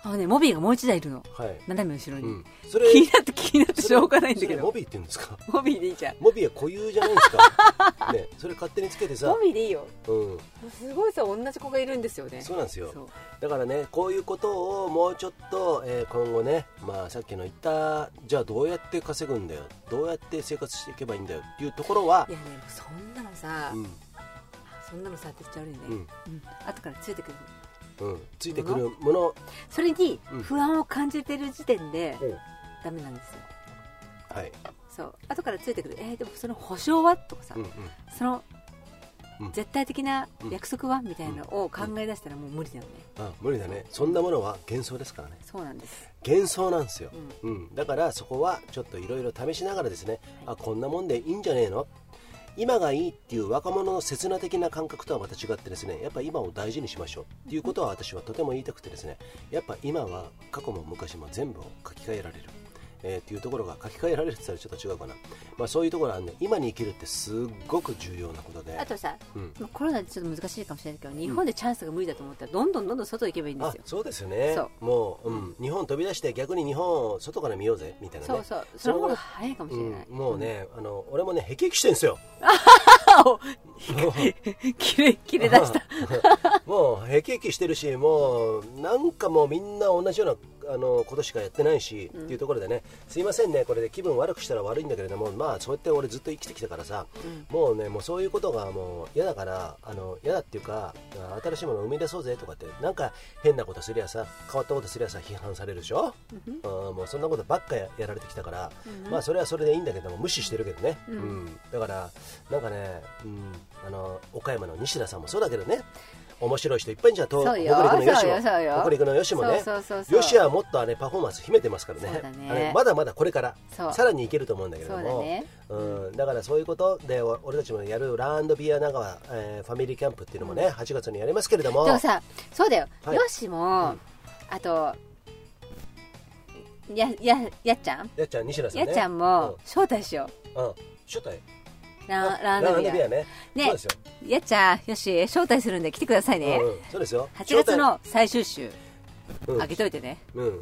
S2: あのねモビーがもう一台いるの
S1: はい、
S2: 斜め後ろに、
S1: うん、そ
S2: 気になって気になってしょうがないんだけ
S1: それモ
S2: ど
S1: ビーって言うんですか
S2: モビーでいいじゃん
S1: モビーは固有じゃないです かねそれ勝手につけてさ
S2: モ、ビーでいいよ
S1: うん、
S2: すごいさ同じ子がいるんですよね
S1: そうなんです
S2: そ
S1: よ
S2: う
S1: だからねこういうことをもうちょっと、えー今後ね、まあ、さっきの言ったじゃあどうやって稼ぐんだよどうやって生活していけばいいんだよっていうところはい
S2: やねそんなのさ、
S1: うん
S2: そんなのさって言っちゃ悪いね、
S1: う
S2: うんん後からついてくる
S1: うん、ついてくるもの、
S2: それに
S1: うん
S2: 不安を感じてる時点で
S1: うん
S2: ダメなんですよ
S1: はい
S2: そう後からついてくるえー、でもその保証はとかさ、
S1: うんうん、
S2: その
S1: うん
S2: 絶対的な約束は、みたいなのを考え出したらもう無理だよね、
S1: あ無理だねそんなものは幻想ですからね
S2: そうなんです
S1: 幻想なんですよ、うんだからそこはちょっといろいろ試しながらですねあこんなもんでいいんじゃねえの今がいいっていう若者の刹那的な感覚とはまた違ってですねやっぱ今を大事にしましょうっていうことは私はとても言いたくてですねやっぱ今は過去も昔も全部を書き換えられる、えーっていうところが書き換えられるって言ったらちょっと違うかな、まあ、そういうところはね今に生きるってすっごく重要なことで
S2: あとさ、
S1: うん
S2: まあコロナでちょっと難しいかもしれないけど日本でチャンスが無理だと思ったらどんどんどんどん外行けばいいんで
S1: あ
S2: すよ、
S1: そうですよね
S2: そう
S1: もう、うん、日本飛び出して逆に日本を外から見ようぜみたいなね
S2: そうそうその方
S1: ぐら
S2: が
S1: い
S2: 早いかもしれない、
S1: うん、もう ね、あの俺もねへきへきしてんですよも
S2: 切れ切れ出した
S1: うもうへきへきしてるしもうなんかもうみんな同じようなあのことしかやってないし、っていうところでねすいませんねこれで気分悪くしたら悪いんだけれどもまあそうやって俺ずっと生きてきたからさ、もうねもうそういうことがもう嫌だからあの嫌だっていうかあ新しいものを生み出そうぜとかってなんか変なことすりゃさ変わったことすりゃさ批判されるでしょ、うん、もうそんなことばっかややられてきたから、まあそれはそれでいいんだけども無視してるけどね、うんだからなんかね、うん、あの岡山の西田さんもそうだけどね面白い人いっぱいいんじゃん東北
S2: そう
S1: 陸の
S2: よ
S1: よし
S2: そうよそうよ
S1: も北陸のよしもね
S2: そうそうそうそう
S1: よしはもっとあれパフォーマンス秘めてますからね
S2: そうだね
S1: あれまだまだこれから
S2: そう
S1: さらにいけると思うんだけれども
S2: そうだね
S1: うん、だからそういうことでお俺たちもやるランドビア長川、えーファミリーキャンプっていうのもね、8月にやりますけれども
S2: でもさそうだよ、
S1: はい
S2: よしも、あとやややっちゃん、
S1: やっちゃん西田さん
S2: や
S1: ね
S2: っちゃんも招待しよ
S1: うん、うん初代
S2: うラ
S1: あ
S2: ンランドビア
S1: ね
S2: ね
S1: そうですよ、
S2: やっちゃんよし招待するんで来てくださいね、
S1: うんうんそうですよ
S2: 8月の最終週
S1: 招
S2: あ
S1: 待
S2: げといてね
S1: うん、うん、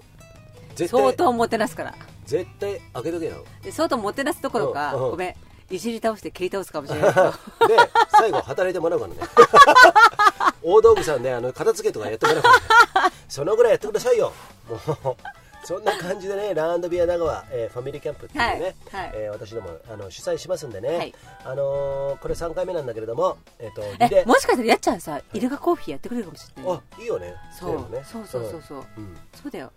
S1: 絶対
S2: 相当もてなすから
S1: 絶対開けとけよ
S2: で相当もてなすどころか、
S1: うんうん
S2: ごめんいじり倒して蹴り倒すかもしれない けど
S1: で最後働いてもらうから ね大道具さんねあの片付けとかやってもらうから、ね、そのぐらいやってくださいよもうそんな感じでねランドビア長川、えーファミリーキャンプっていうね、
S2: はいはい
S1: えー私どもあの主催しますんでね、
S2: はい
S1: あのーこれ3回目なんだけれども、えっとリレ
S2: え
S1: ー
S2: もしかしたらやっちゃんさイルカコーヒーやってくれるかもしれない
S1: あいいよね
S2: そう
S1: いのね
S2: そうそうそうそう、
S1: うんうん
S2: そうだよ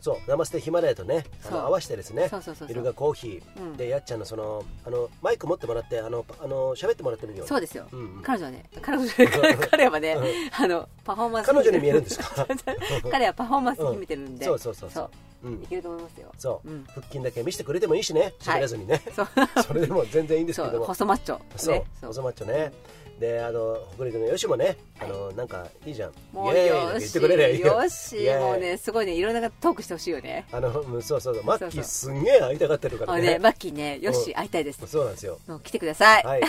S1: そう生捨てヒマラヤとねあ
S2: そう
S1: の合わせてですね
S2: そうそうそうそ
S1: イ
S2: う
S1: ルカコーヒー、
S2: うん
S1: でやっちゃんのそのあのマイク持ってもらってあのあの喋ってもらってるよ
S2: そうですよ、
S1: うんうん
S2: 彼女はね彼女彼はね、あのパフォーマンス
S1: 彼女に見えるんですか
S2: 彼はパフォーマンス秘めてるんで、
S1: うんそうそうそうそううん
S2: いけると思いますよ
S1: そう、
S2: うん
S1: 腹筋だけ見せてくれてもいいしね喋らずに ね、
S2: そう
S1: それでも全然いいんです
S2: そ
S1: けど
S2: う
S1: も
S2: 細マッチョね
S1: そう、
S2: そ
S1: 収まっちゃうねであの北陸のよしもねあの、なんかいいじゃん
S2: もう
S1: イエーイ
S2: よ
S1: とか
S2: ー
S1: 言っ
S2: して
S1: くれりゃいいよ
S2: よし
S1: イエーイ
S2: もうねすごいねいろんなトークしてほしいよね
S1: あのうんそうそうそうマッキー
S2: そう
S1: すんげえ会いたがってるか
S2: あ
S1: ら
S2: の
S1: ね
S2: ねマッキーねよ
S1: う
S2: し
S1: ん
S2: 会いたいです
S1: そうなんですよ
S2: もう来てください、
S1: はい、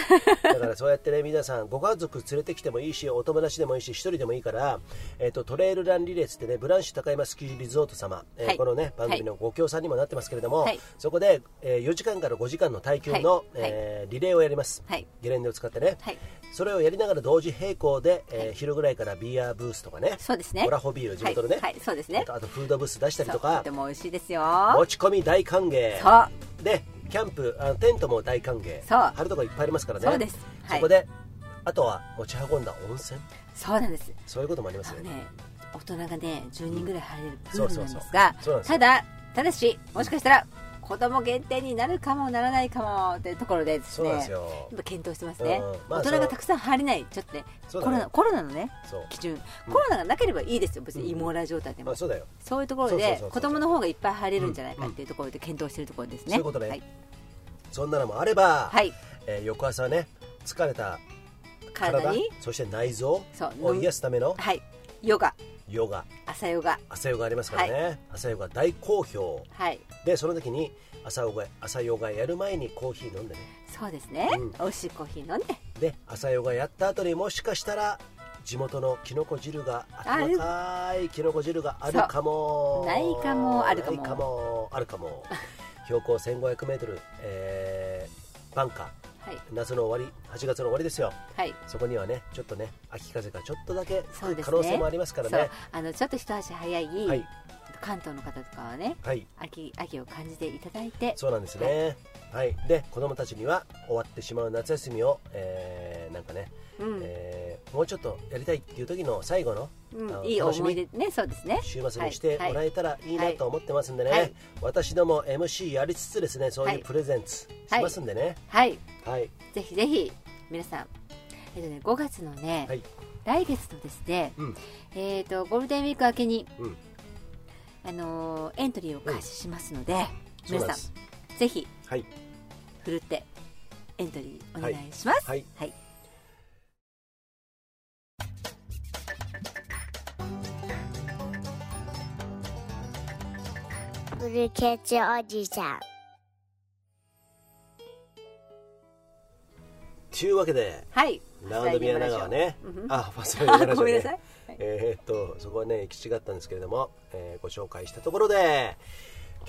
S1: だからそうやってね皆さんご家族連れてきてもいいしお友達でもいいし一人でもいいから、えっとトレイルランリレースってねブランシュ高山スキーリゾート様、えー
S2: はい
S1: このね番組のご協賛にもなってますけれども、
S2: はい
S1: そこで、え4時間から5時間の耐久の、
S2: はい
S1: えーリレーをやります、
S2: はい
S1: ゲレンデを使ってね、
S2: はい
S1: それをやりながら同時並行で、えー昼ぐらいからビアブースとかね
S2: そうですね
S1: オラホビール地元のね、
S2: はいはいそうですね
S1: あとあとフードブース出したり
S2: そう
S1: と
S2: と
S1: か
S2: ても美味しいですよ
S1: 持ち込み大歓迎
S2: そう
S1: でキャンプあのテントも大歓迎
S2: そう
S1: 張るとこいっぱいありますからね
S2: そうですはい
S1: そこであとは持ち運んだ温泉
S2: そうなんです
S1: そういうこともありま
S2: あ
S1: す
S2: の
S1: よ
S2: ね
S1: ね
S2: 大人がね10人ぐらい入れるプ
S1: そう
S2: ール
S1: そう
S2: なん
S1: そう
S2: ですが
S1: そうなんですよ
S2: ただただしもしかしたら子供限定になるかもならないかもというところでです
S1: そうなんです
S2: ね
S1: よ
S2: やっぱ検討してますね、
S1: うんまあ
S2: 大人がたくさん入れないちょっとね
S1: そうだ
S2: コ
S1: ね
S2: ロナコロナのね
S1: そう
S2: 基準コロナがなければいいですよ別にイモーラ状態でも、
S1: まあそうだよ
S2: そういうところ
S1: そうそうそう
S2: で
S1: そう
S2: 子供の方がいっぱい入れるんじゃないかっていうところで検討しているところですね。
S1: そういうことね
S2: はい、
S1: そんなのもあれば、
S2: はい
S1: えー翌朝ね疲れた体
S2: 体に
S1: そして内臓
S2: そう
S1: を癒すための
S2: はいヨガ
S1: ヨガ
S2: 朝ヨガ
S1: 朝ヨガありますからね、朝ヨガ大好評
S2: はい
S1: でその時に朝ヨガ朝ヨガやる前にコーヒー飲んでね
S2: そうですね、
S1: うん
S2: 美味しいコーヒー飲んで
S1: で朝ヨガやった後にもしかしたら地元のきのこ汁が温かいきのこ汁があるかも
S2: そうないかもあるかも
S1: ないかもあるかも標高1 5 0 0メートル、えー、バンカ
S2: はい
S1: 夏の終わり8月の終わりですよ
S2: はい
S1: そこにはねちょっとね秋風がちょっとだけ
S2: そう
S1: 吹
S2: です
S1: く
S2: ね
S1: 可能性もありますから
S2: そう
S1: ね
S2: あのちょっと一足早い
S1: はい
S2: 関東の方とかはね
S1: はい
S2: 秋秋を感じていただいて
S1: そうなんですねはいで子供たちには終わってしまう夏休みを、えーなんかね、
S2: うん
S1: えーもうちょっとやりたいっていう時の最後の
S2: う
S1: あ
S2: ん、
S1: の
S2: いい
S1: 楽しみ
S2: 思い出ねそうですね
S1: 週末にしてもらえたらいいなと思ってますんでね、
S2: はいはい
S1: 私ども MC やりつつですねそう
S2: はいいう
S1: プレゼンツしますんでね
S2: はい
S1: はい、
S2: ぜひぜひ皆さんえっとね5月のね、
S1: はい
S2: 来月のですね、
S1: うん
S2: えっ、とゴールデンウィーク明けに、
S1: うん
S2: あのーエントリーを開始しますので、
S1: そう
S2: 皆
S1: なん
S2: さ
S1: です
S2: んぜひ
S1: はい
S2: ふるってエントリーお願いします
S1: はい
S2: はい、
S6: ブルーケツおじさん。
S1: というわけで
S2: はい
S1: ラウンドビア長はね
S2: うんうん
S1: あファストビア長ね
S2: あごめんなさい
S1: えーっとそこはね行き違ったんですけれども、えーご紹介したところで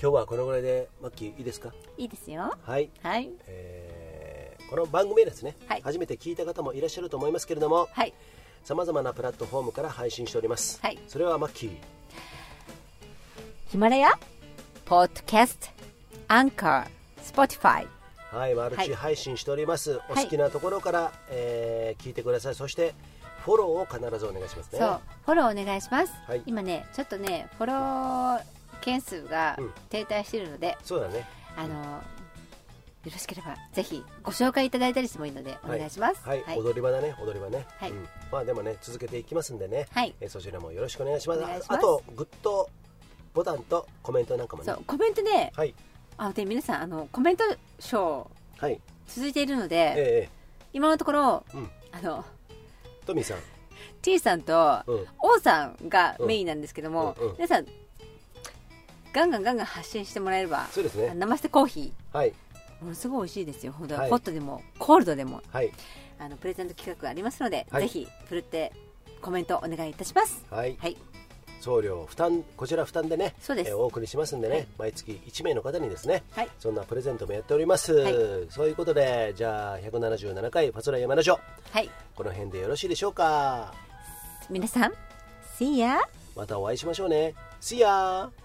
S1: 今日はこのぐらいでマッキーいいですか
S2: いいですよ
S1: はい、
S2: はい
S1: えーこの番組はですね、
S2: はい
S1: 初めて聞いた方もいらっしゃると思いますけれども
S2: はい
S1: さまざまなプラットフォームから配信しております、
S2: はい
S1: それはマッキー
S2: ヒマラヤポッドキャストアンカースポティファイ
S1: はい、マルチ配信しております、お好きなところから、えー聞いてくださいそしてフォローを必ずお願いしますね
S2: そうフォローお願いします、
S1: はい
S2: 今ねちょっとねフォロー件数が
S1: うん
S2: 停滞しているので、
S1: そうだね
S2: あのよろしければぜひご紹介いただいたりしてもいいのでお願いします
S1: はい、
S2: はい、
S1: 踊り場だね踊り場ね、
S2: はい
S1: うん、まあでもね続けていきますんでね、
S2: はい
S1: えーそちらもよろしくお願いします
S2: お願いします
S1: あとグッドボタンとコメントなんかも
S2: そ
S1: ね
S2: うコメントね
S1: はい
S2: あで皆さんあのコメントショー
S1: はい
S2: 続いているので、
S1: え
S2: 今のところ、
S1: うん
S2: あの
S1: えトミーさん
S2: T さんと
S1: うん、
S2: 王さんがメインなんですけども、
S1: うんうん
S2: 皆さんガンガンガンガン発信してもらえれば
S1: そうですね
S2: あ生してコーヒ
S1: はい
S2: ーものすごい美味しいですよ本当、
S1: はい
S2: ホットでもコールドでも
S1: はい
S2: あのプレゼント企画がありますので、
S1: はい
S2: ぜひふるってコメントお願いいたします
S1: はい
S2: はい
S1: 送料負担こちら負担でね
S2: そうです
S1: えーお送りしますんでね、
S2: はい
S1: 毎月1名の方にですね、
S2: はい
S1: そんなプレゼントもやっております、
S2: はい
S1: そういうことでじゃあ177回「ファソラ山田城
S2: はい」
S1: この辺でよろしいでしょうか
S2: 皆さん See ya!
S1: またお会いしましょうね See ya!